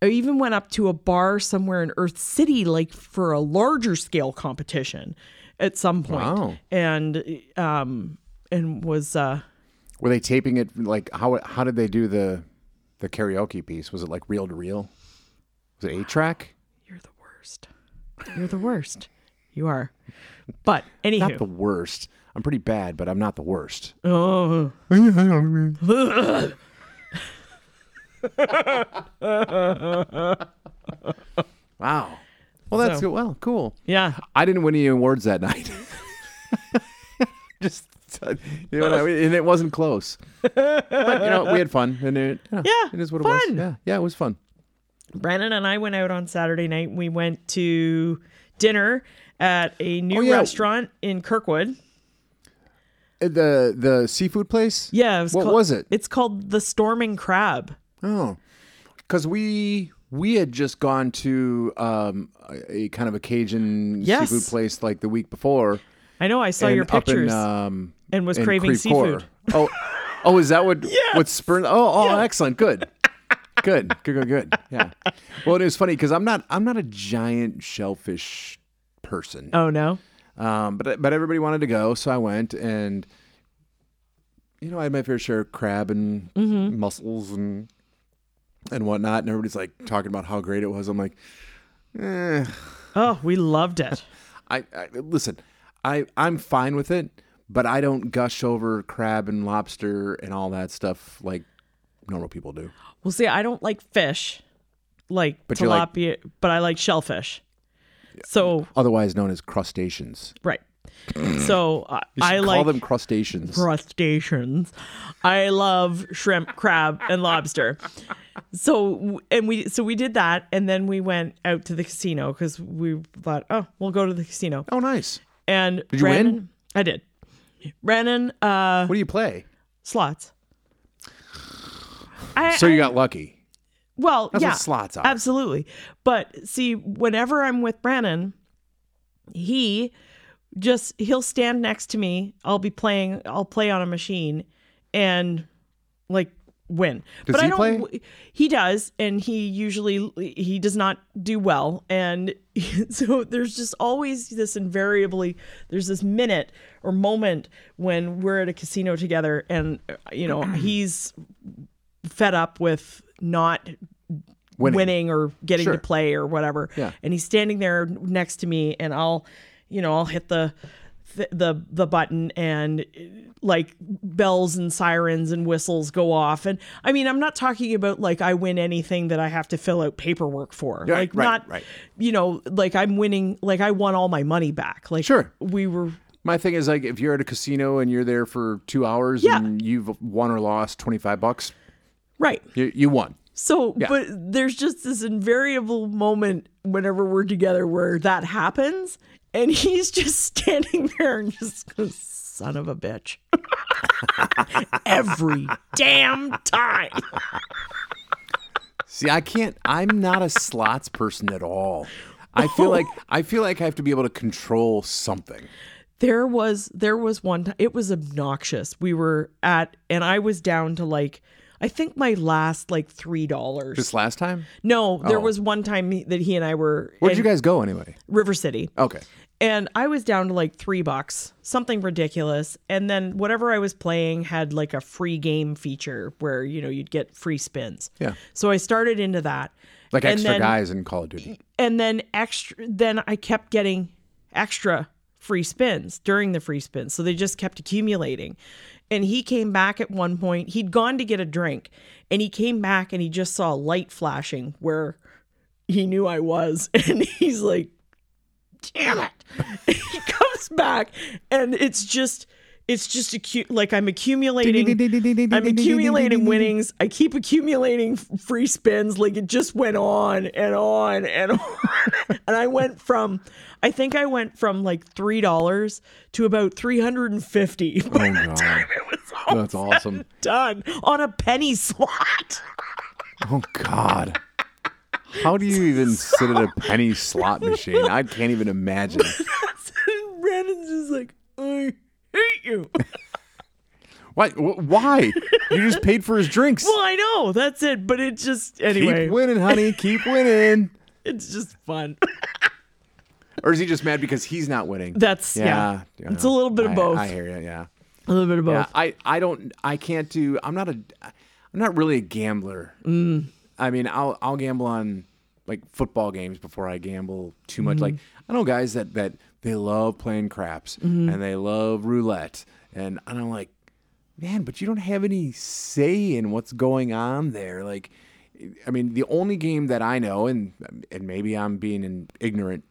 Speaker 1: I even went up to a bar somewhere in Earth City, like for a larger scale competition at some point,
Speaker 2: Wow.
Speaker 1: and um and was uh
Speaker 2: Were they taping it? Like how how did they do the the karaoke piece? Was it like reel to reel? Was it eight track?
Speaker 1: you're the worst, you're the worst, you are. But
Speaker 2: Not
Speaker 1: anywho,
Speaker 2: the worst. I'm pretty bad, but I'm not the worst.
Speaker 1: oh.
Speaker 2: Wow. Well, that's
Speaker 1: So-
Speaker 2: good. Well, cool.
Speaker 1: yeah,
Speaker 2: I didn't win any awards that night. Just you know, what I mean? and it wasn't close. But you know, we had fun, and it, you know,
Speaker 1: Yeah,
Speaker 2: it is what it
Speaker 1: fun.
Speaker 2: was. Yeah, yeah, it was fun.
Speaker 1: Brandon and I went out on Saturday night. We went to dinner at a new
Speaker 2: Oh, yeah.
Speaker 1: restaurant in Kirkwood.
Speaker 2: Uh, The the seafood place.
Speaker 1: Yeah, it was
Speaker 2: what
Speaker 1: called-
Speaker 2: was it?
Speaker 1: It's called the Storming Crab.
Speaker 2: Oh, because we we had just gone to um, a, a kind of a Cajun
Speaker 1: Yes.
Speaker 2: seafood place like the week before.
Speaker 1: I know. I saw your
Speaker 2: up in,
Speaker 1: pictures.
Speaker 2: um,
Speaker 1: and was
Speaker 2: in
Speaker 1: craving
Speaker 2: Creve Coeur.
Speaker 1: seafood.
Speaker 2: Oh, oh, is that what? What spurred? Oh, oh, excellent, good. good, good, good, good. Yeah. Well, it was funny because I'm not I'm not a giant shellfish person,
Speaker 1: oh no.
Speaker 2: um, but but everybody wanted to go, so I went, and you know I had my fair share of crab and
Speaker 1: Mm-hmm.
Speaker 2: mussels and and whatnot, and everybody's like talking about how great it was. I'm like, eh,
Speaker 1: Oh, we loved it.
Speaker 2: I, I listen. I I'm fine with it, but I don't gush over crab and lobster and all that stuff like normal people do.
Speaker 1: well, see, I don't like fish, like
Speaker 2: But you like-
Speaker 1: tilapia, but I like shellfish. So
Speaker 2: otherwise known as crustaceans.
Speaker 1: right, so I,
Speaker 2: You should
Speaker 1: I
Speaker 2: call
Speaker 1: like
Speaker 2: them crustaceans.
Speaker 1: crustaceans. I love shrimp, crab, and lobster. So and we so we did that, and then we went out to the casino because we thought, oh, we'll go to the casino.
Speaker 2: oh, nice.
Speaker 1: And did
Speaker 2: you win?
Speaker 1: I did. Brandon uh,
Speaker 2: What do you play?
Speaker 1: slots. I,
Speaker 2: So you got lucky.
Speaker 1: Well,
Speaker 2: That's
Speaker 1: yeah,
Speaker 2: what slots are.
Speaker 1: Absolutely. But see, whenever I'm with Brandon, he just he'll stand next to me. I'll be playing. I'll play on a machine, and like win. but
Speaker 2: he
Speaker 1: I don't.
Speaker 2: play?
Speaker 1: He does, and he usually he does not do well, and so there's just always this invariably there's this minute or moment when we're at a casino together, and uh, you know he's fed up with not
Speaker 2: Winning.
Speaker 1: winning, or getting
Speaker 2: Sure.
Speaker 1: to play or whatever.
Speaker 2: Yeah.
Speaker 1: And he's standing there next to me, and I'll, you know, I'll hit the th- the the button and like bells and sirens and whistles go off and i mean i'm not talking about like i win anything that i have to fill out paperwork for
Speaker 2: Yeah,
Speaker 1: like
Speaker 2: right,
Speaker 1: not
Speaker 2: right.
Speaker 1: you know like i'm winning like i won all my money back like
Speaker 2: Sure.
Speaker 1: we were
Speaker 2: My thing is like if you're at a casino and you're there for two hours
Speaker 1: Yeah.
Speaker 2: and you've won or lost twenty five bucks,
Speaker 1: right
Speaker 2: you, you won.
Speaker 1: So, but there's just this invariable moment whenever we're together where that happens, and he's just standing there and just goes, son of a bitch. Every damn time.
Speaker 2: See, I can't. I'm not a slots person at all. I feel like I feel like I have to be able to control something.
Speaker 1: There was there was one time it was obnoxious. We were at and I was down to like I think my last like three dollars.
Speaker 2: This last time,
Speaker 1: No, there
Speaker 2: Oh.
Speaker 1: was one time that he and I were
Speaker 2: where'd
Speaker 1: in
Speaker 2: you guys go anyway?
Speaker 1: River City.
Speaker 2: Okay,
Speaker 1: and I was down to like three bucks, something ridiculous. And then whatever I was playing had like a free game feature where you know you'd get free spins.
Speaker 2: Yeah.
Speaker 1: So I started into that.
Speaker 2: like
Speaker 1: And
Speaker 2: extra
Speaker 1: then-
Speaker 2: guys in Call of Duty.
Speaker 1: And then extra, then I kept getting extra free spins during the free spins. So they just kept accumulating. And he came back at one point. He'd gone to get a drink, and he came back and he just saw a light flashing where he knew I was, and he's like damn it. he comes back and it's just it's just acu- like I'm accumulating I'm accumulating winnings. I keep accumulating f- free spins. Like it just went on and on and on. and I went from I think I went from like three dollars to about three hundred and fifty
Speaker 2: Oh god,
Speaker 1: it was all
Speaker 2: that's awesome.
Speaker 1: done on a penny slot.
Speaker 2: Oh god, how do you even sit at a penny slot machine? I can't even imagine.
Speaker 1: and Brandon's just like, I hate you.
Speaker 2: Why? wh- Why? You just paid for his drinks.
Speaker 1: well, I know, that's it. But it just anyway.
Speaker 2: Keep winning, honey. Keep winning.
Speaker 1: It's just fun.
Speaker 2: Or is he just mad because he's not winning?
Speaker 1: That's yeah.
Speaker 2: yeah.
Speaker 1: It's a little bit
Speaker 2: I-
Speaker 1: of both.
Speaker 2: I hear you. Yeah.
Speaker 1: a little bit of both.
Speaker 2: Yeah, I, I don't I can't do I'm not a I'm not really a gambler. Mm. I mean I'll I'll gamble on like football games before I gamble too much. Like I know guys that that they love playing craps and they love roulette and, and I'm like, man, but you don't have any say in what's going on there. Like I mean the only game that I know and and maybe I'm being an ignorant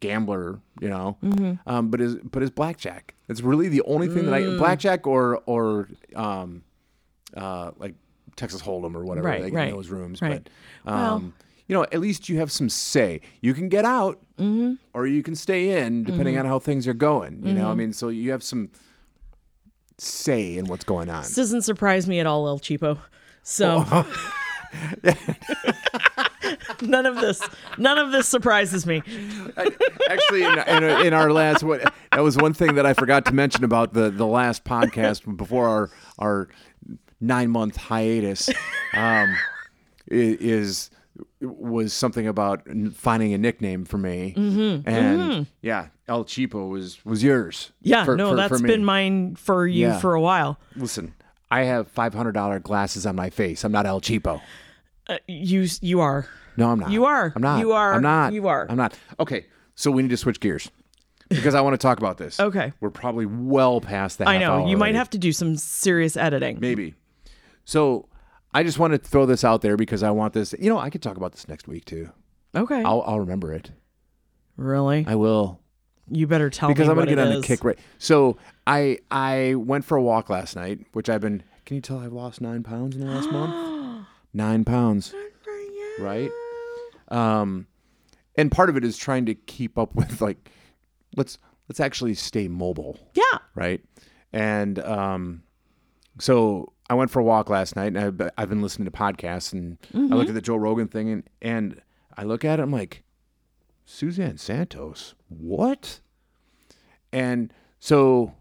Speaker 2: gambler, you know.
Speaker 1: Mm-hmm.
Speaker 2: Um, but is but is blackjack? It's really the only thing that
Speaker 1: Mm.
Speaker 2: I blackjack or or um, uh, like Texas Hold'em or whatever
Speaker 1: Right,
Speaker 2: they get
Speaker 1: right,
Speaker 2: in those rooms.
Speaker 1: right.
Speaker 2: But um, you know, at least you have some say. You can get out
Speaker 1: Mm-hmm.
Speaker 2: or you can stay in, depending on how things are going. You
Speaker 1: Mm-hmm.
Speaker 2: know, I mean, so you have some say in what's going on.
Speaker 1: This doesn't surprise me at all, El Cheapo. So
Speaker 2: Oh.
Speaker 1: none of this, none of this surprises me.
Speaker 2: Actually, in, in, in our last one, that was one thing that I forgot to mention about the, the last podcast before our our nine month hiatus um, i- is was something about finding a nickname for me,
Speaker 1: Mm-hmm.
Speaker 2: and yeah, El Cheapo was was yours.
Speaker 1: Yeah,
Speaker 2: for-
Speaker 1: no,
Speaker 2: for-
Speaker 1: that's
Speaker 2: for me.
Speaker 1: been mine for you
Speaker 2: Yeah.
Speaker 1: for a while.
Speaker 2: Listen, I have five hundred dollar glasses on my face. I'm not El Cheapo.
Speaker 1: Uh, you, you are.
Speaker 2: No, I'm not.
Speaker 1: You are.
Speaker 2: I'm not.
Speaker 1: You are.
Speaker 2: I'm not.
Speaker 1: You are.
Speaker 2: I'm not. Okay, so we need to switch gears because I want to talk about this.
Speaker 1: Okay.
Speaker 2: We're probably well past that.
Speaker 1: I know you might have to do some serious editing.
Speaker 2: Maybe. So I just want to throw this out there because I want this. You know, I could talk about this next week too.
Speaker 1: Okay.
Speaker 2: I'll, I'll remember it.
Speaker 1: really?
Speaker 2: I will
Speaker 1: you better tell
Speaker 2: because
Speaker 1: me
Speaker 2: I'm
Speaker 1: what
Speaker 2: gonna get
Speaker 1: it
Speaker 2: on the
Speaker 1: is.
Speaker 2: kick right. So I I went for a walk last night, which I've been. Can you tell I've lost nine pounds in the last month? Nine pounds, right? Um, and part of it is trying to keep up with like, let's let's actually stay mobile,
Speaker 1: Yeah.
Speaker 2: right? And um, so I went for a walk last night, and I've, I've been listening to podcasts, and I looked at the Joe Rogan thing, and and I look at it, I'm like, Suzanne Santos, what? And so,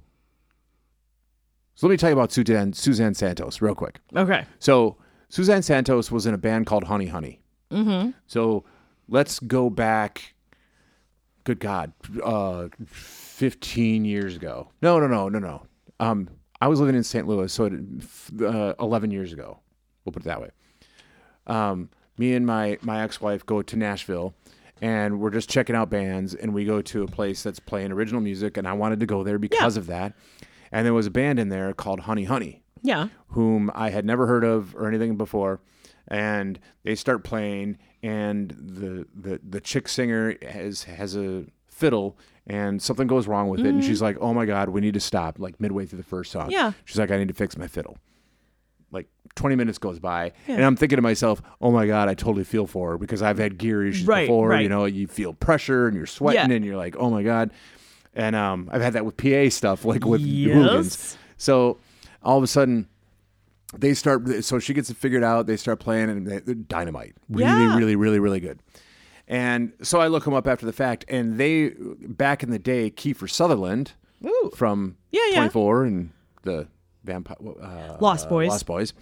Speaker 2: so let me tell you about Suzanne Suzanne Santos real quick.
Speaker 1: Okay.
Speaker 2: So Suzanne Santos was in a band called Honey Honey. Mm-hmm. So let's go back. Good God, uh, fifteen years ago. No, no, no, no, no. Um, I was living in St. Louis, so it, uh, eleven years ago. We'll put it that way. Um, me and my my ex wife go to Nashville, and we're just checking out bands, and we go to a place that's playing original music, and I wanted to go there because of that. And there was a band in there called Honey Honey
Speaker 1: Yeah.
Speaker 2: whom I had never heard of or anything before, and they start playing, and the the the chick singer has has a fiddle, and something goes wrong with it, and she's like, "Oh my god, we need to stop!" Like midway through the first song,
Speaker 1: Mm-hmm. Yeah.
Speaker 2: she's like, "I need to fix my fiddle." Like twenty minutes goes by, and I'm thinking to myself, "Oh my god, I totally feel for her because I've had gear issues
Speaker 1: Right,
Speaker 2: before.
Speaker 1: right.
Speaker 2: You know, you feel pressure and you're sweating,
Speaker 1: Yeah.
Speaker 2: and you're like, oh my god." And um, I've had that with PA stuff, like with
Speaker 1: Yes.
Speaker 2: hooligans. So all of a sudden, they start so she gets it figured out they start playing and they- they're dynamite really
Speaker 1: Yeah.
Speaker 2: really really really good and so i look them up after the fact and they back in the day kiefer sutherland
Speaker 1: Ooh.
Speaker 2: from
Speaker 1: Yeah, yeah.
Speaker 2: 24 and the vampire uh,
Speaker 1: Lost
Speaker 2: uh,
Speaker 1: Boys. Mm-hmm.
Speaker 2: lost boys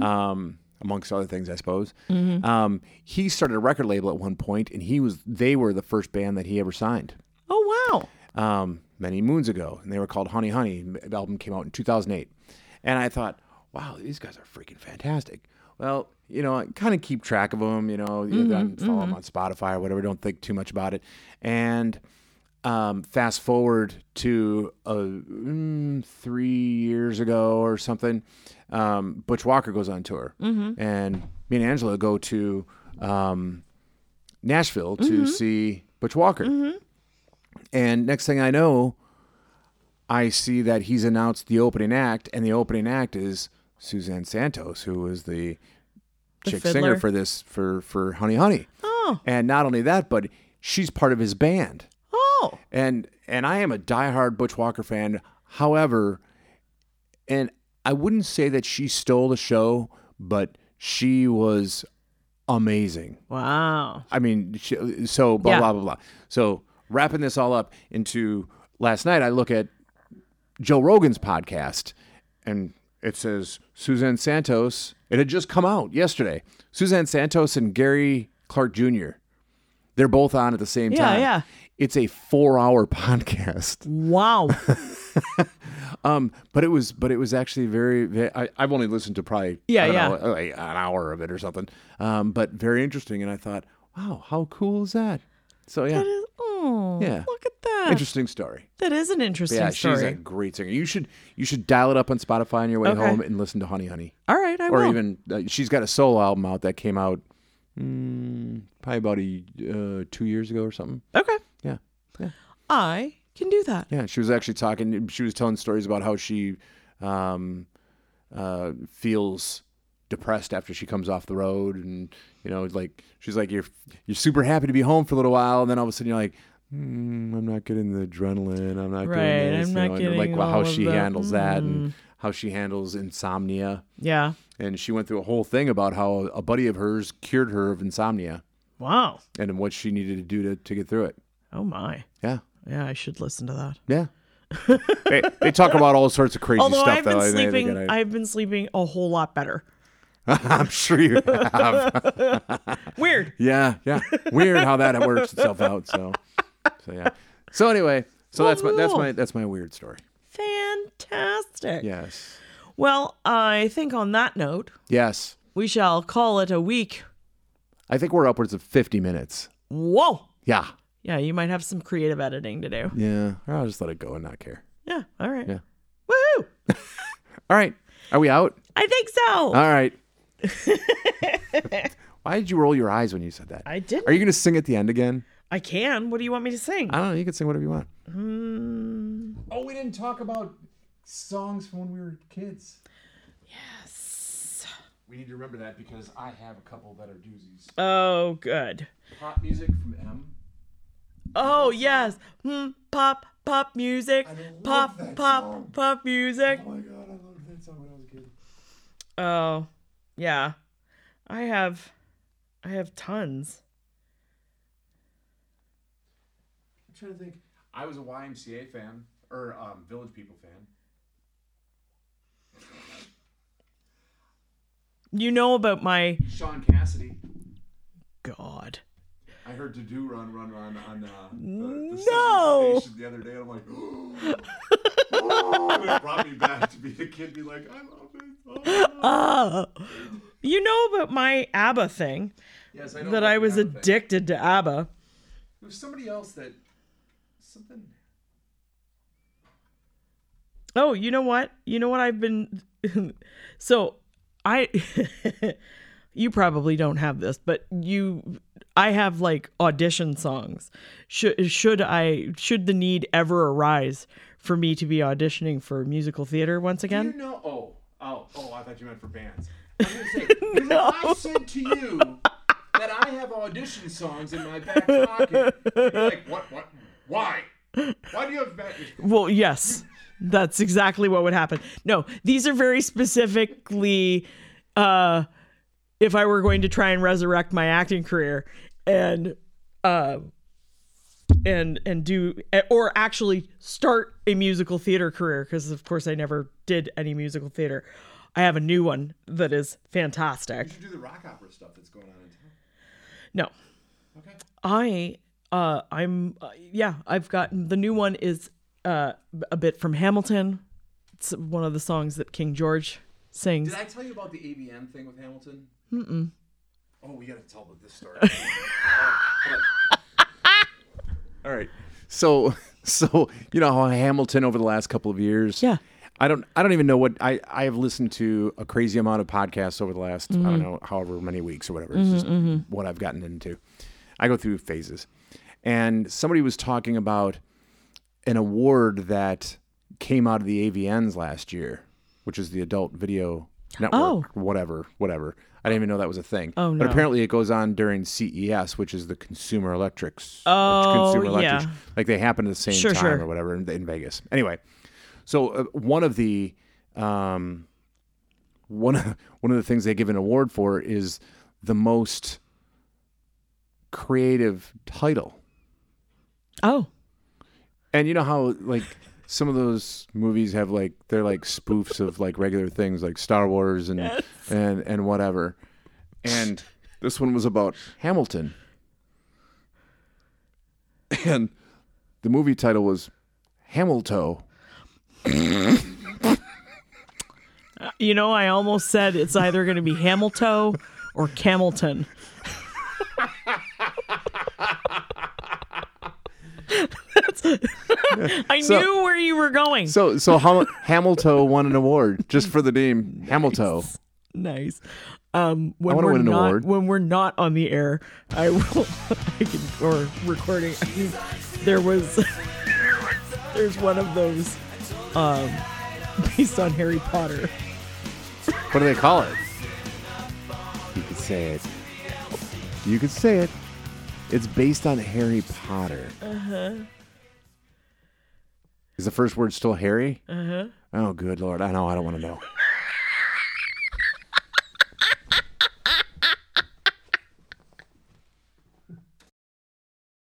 Speaker 2: um, amongst other things i suppose um, he started a record label at one point and he was they were the first band that he ever signed
Speaker 1: Oh wow.
Speaker 2: um, many moons ago, and they were called Honey Honey. The album came out in 2008, and I thought, wow, these guys are freaking fantastic. Well, you know, I kind of keep track of them. You know, you don't follow them on Spotify or whatever. Don't think too much about it. And um, fast forward to uh, mm, three years ago or something, um, Butch Walker goes on tour, and me and Angela go to um, Nashville to see Butch Walker. And next thing I know, I see that he's announced the opening act, and the opening act is Suzanne Santos, who was the, chick singer
Speaker 1: fiddler.
Speaker 2: for this for for Honey Honey.
Speaker 1: Oh.
Speaker 2: And not only that, but she's part of his band.
Speaker 1: Oh.
Speaker 2: And and I am a diehard Butch Walker fan. However, and I wouldn't say that she stole the show, but she was amazing.
Speaker 1: Wow.
Speaker 2: I mean, sh- so blah
Speaker 1: Yeah.
Speaker 2: blah blah blah. So wrapping this all up into last night, I look at Joe Rogan's podcast, and it says Suzanne Santos. It had just come out yesterday. Suzanne Santos and Gary Clark Jr. They're both on at the same
Speaker 1: Yeah,
Speaker 2: time.
Speaker 1: yeah.
Speaker 2: It's a four-hour podcast,
Speaker 1: Wow.
Speaker 2: Um, but it was but it was actually very. very I, I've only listened to probably
Speaker 1: Yeah,
Speaker 2: I don't
Speaker 1: yeah.
Speaker 2: know, like an hour of it or something, um, but very interesting. And I thought, wow, how cool is that? So yeah,
Speaker 1: oh.
Speaker 2: Yeah.
Speaker 1: Look at that.
Speaker 2: interesting story.
Speaker 1: that is an interesting
Speaker 2: Yeah,
Speaker 1: story.
Speaker 2: she's a great singer. You should you should dial it up on Spotify on your way
Speaker 1: Okay.
Speaker 2: home and listen to Honey Honey,
Speaker 1: All right. I
Speaker 2: or
Speaker 1: will.
Speaker 2: even uh, she's got a solo album out that came out mm, probably about a, uh, two years ago or something.
Speaker 1: okay.
Speaker 2: Yeah, yeah,
Speaker 1: I can do that.
Speaker 2: yeah. She was actually talking. She was telling stories about how she um, uh, feels depressed after she comes off the road, and you know, like she's like you're you're super happy to be home for a little while, and then all of a sudden you're like. Mm, I'm not getting the adrenaline. I'm not
Speaker 1: Right,
Speaker 2: getting
Speaker 1: I'm
Speaker 2: this. you
Speaker 1: not
Speaker 2: know, and,
Speaker 1: getting
Speaker 2: like how
Speaker 1: all of
Speaker 2: she
Speaker 1: the- hmm.
Speaker 2: handles that and how she handles insomnia.
Speaker 1: Yeah.
Speaker 2: And she went through a whole thing about how a buddy of hers cured her of insomnia
Speaker 1: Wow.
Speaker 2: and what she needed to do to, to get through it.
Speaker 1: Oh my.
Speaker 2: Yeah,
Speaker 1: Yeah. I should listen to that.
Speaker 2: yeah. they, they talk about all sorts of crazy
Speaker 1: Although
Speaker 2: stuff.
Speaker 1: I've
Speaker 2: though.
Speaker 1: been
Speaker 2: I think they
Speaker 1: sleeping,
Speaker 2: gotta-
Speaker 1: I've been sleeping a whole lot better.
Speaker 2: I'm sure you.
Speaker 1: Weird.
Speaker 2: Yeah, yeah. Weird how that works itself out. So, so yeah. So anyway, so that's my that's my that's my weird story.
Speaker 1: Fantastic.
Speaker 2: Yes,
Speaker 1: Well, I think on that note,
Speaker 2: yes.
Speaker 1: we shall call it a week.
Speaker 2: I think we're upwards of 50 minutes.
Speaker 1: Whoa.
Speaker 2: Yeah.
Speaker 1: Yeah, you might have some creative editing to do.
Speaker 2: Yeah. Or I'll just let it go and not care.
Speaker 1: Yeah. All right.
Speaker 2: Yeah.
Speaker 1: Woohoo!
Speaker 2: All right. Are we out?
Speaker 1: I think so.
Speaker 2: Uh, All right. Why did you roll your eyes when you said that?
Speaker 1: I didn't.
Speaker 2: Are you Uh, going to sing at the end again?
Speaker 1: I can. What do you want me to sing?
Speaker 2: I don't know. You can sing whatever you want. Oh, we didn't talk about songs from when we were kids.
Speaker 1: Yes.
Speaker 2: We need to remember that because I have a couple that are doozies.
Speaker 1: Oh, good.
Speaker 2: Pop music from M.
Speaker 1: Oh, yes. Hmm. pop, pop music. Pop,
Speaker 2: that
Speaker 1: pop,
Speaker 2: song.
Speaker 1: pop music.
Speaker 2: Oh my god, I loved that song when I was a kid.
Speaker 1: Oh, yeah. I have, I have tons.
Speaker 2: I'm trying to think. I was a YMCA fan or um, Village People fan.
Speaker 1: You know about my
Speaker 2: Sean Cassidy.
Speaker 1: God.
Speaker 2: I heard to do run run run on uh, the, the
Speaker 1: No!
Speaker 2: no. station the other day, and I'm like, oh, and it brought me back to be a kid, be like, I love it. Oh.
Speaker 1: Oh, you know about my ABBA thing
Speaker 2: Yes, I know
Speaker 1: that
Speaker 2: about
Speaker 1: I
Speaker 2: the
Speaker 1: was
Speaker 2: other thing.
Speaker 1: addicted to ABBA.
Speaker 2: There was somebody else that something.
Speaker 1: Oh, you know what? You know what I've been so I you probably don't have this, but you I have like audition songs. Should should I should the need ever arise for me to be auditioning for musical theater once
Speaker 2: You
Speaker 1: again?
Speaker 2: know? Oh, oh, oh! I thought you meant for bands. I was gonna say, 'cause if I said to you that I have audition songs in my back pocket, you'd be like, what, what, why? Why do you have back?
Speaker 1: Well, yes. That's exactly what would happen. No, these are very specifically uh if I were going to try and resurrect my acting career and uh and and do or actually start a musical theater career because of course I never did any musical theater. I have a new one that is fantastic.
Speaker 2: You should do the rock opera stuff that's going on in town.
Speaker 1: No.
Speaker 2: Okay.
Speaker 1: I uh I'm uh, yeah, I've gotten the new one is uh a bit from Hamilton. It's one of the songs that King George sings.
Speaker 2: Did I tell you about the ABM thing with Hamilton? Mm-mm. Oh, we gotta tell about this story. All right. So, so you know how Hamilton over the last couple of years.
Speaker 1: Yeah.
Speaker 2: I don't. I don't even know what I. I have listened to a crazy amount of podcasts over the last. I don't know, however many weeks or whatever. It's just what I've gotten into. I go through phases, and somebody was talking about an award that came out of the AVNs last year, which is the Adult Video Network,
Speaker 1: Oh.
Speaker 2: whatever, whatever. I didn't even know that was a thing.
Speaker 1: Oh, no.
Speaker 2: But apparently, it goes on during CES, which is the Consumer Electrics.
Speaker 1: Oh,
Speaker 2: Consumer Electrics.
Speaker 1: yeah.
Speaker 2: Like they happen at the same
Speaker 1: Sure,
Speaker 2: time
Speaker 1: sure.
Speaker 2: or whatever in, in Vegas. Anyway, so uh, one of the um, one of, one of the things they give an award for is the most creative title.
Speaker 1: Oh.
Speaker 2: And you know how like some of those movies have like they're like spoofs of like regular things like Star Wars and and and whatever. And this one was about Hamilton. And the movie title was Hamilton.
Speaker 1: You know, I almost said it's either going to be Hamilton or Camelton. That's, I
Speaker 2: So-
Speaker 1: knew where you were going.
Speaker 2: So so Ham- Hamilton won an award just for the name Hamilton.
Speaker 1: nice. Um, when
Speaker 2: wanna
Speaker 1: we're
Speaker 2: win an
Speaker 1: not,
Speaker 2: award.
Speaker 1: When we're not on the air, I will. I can, or recording. I mean, there was. there's one of those, um, based on Harry Potter.
Speaker 2: What do they call it? You could say it. You could say it. It's based on Harry Potter. Uh-huh. Is the first word still Harry? Uh-huh. Oh, good lord. I know. I don't want to know.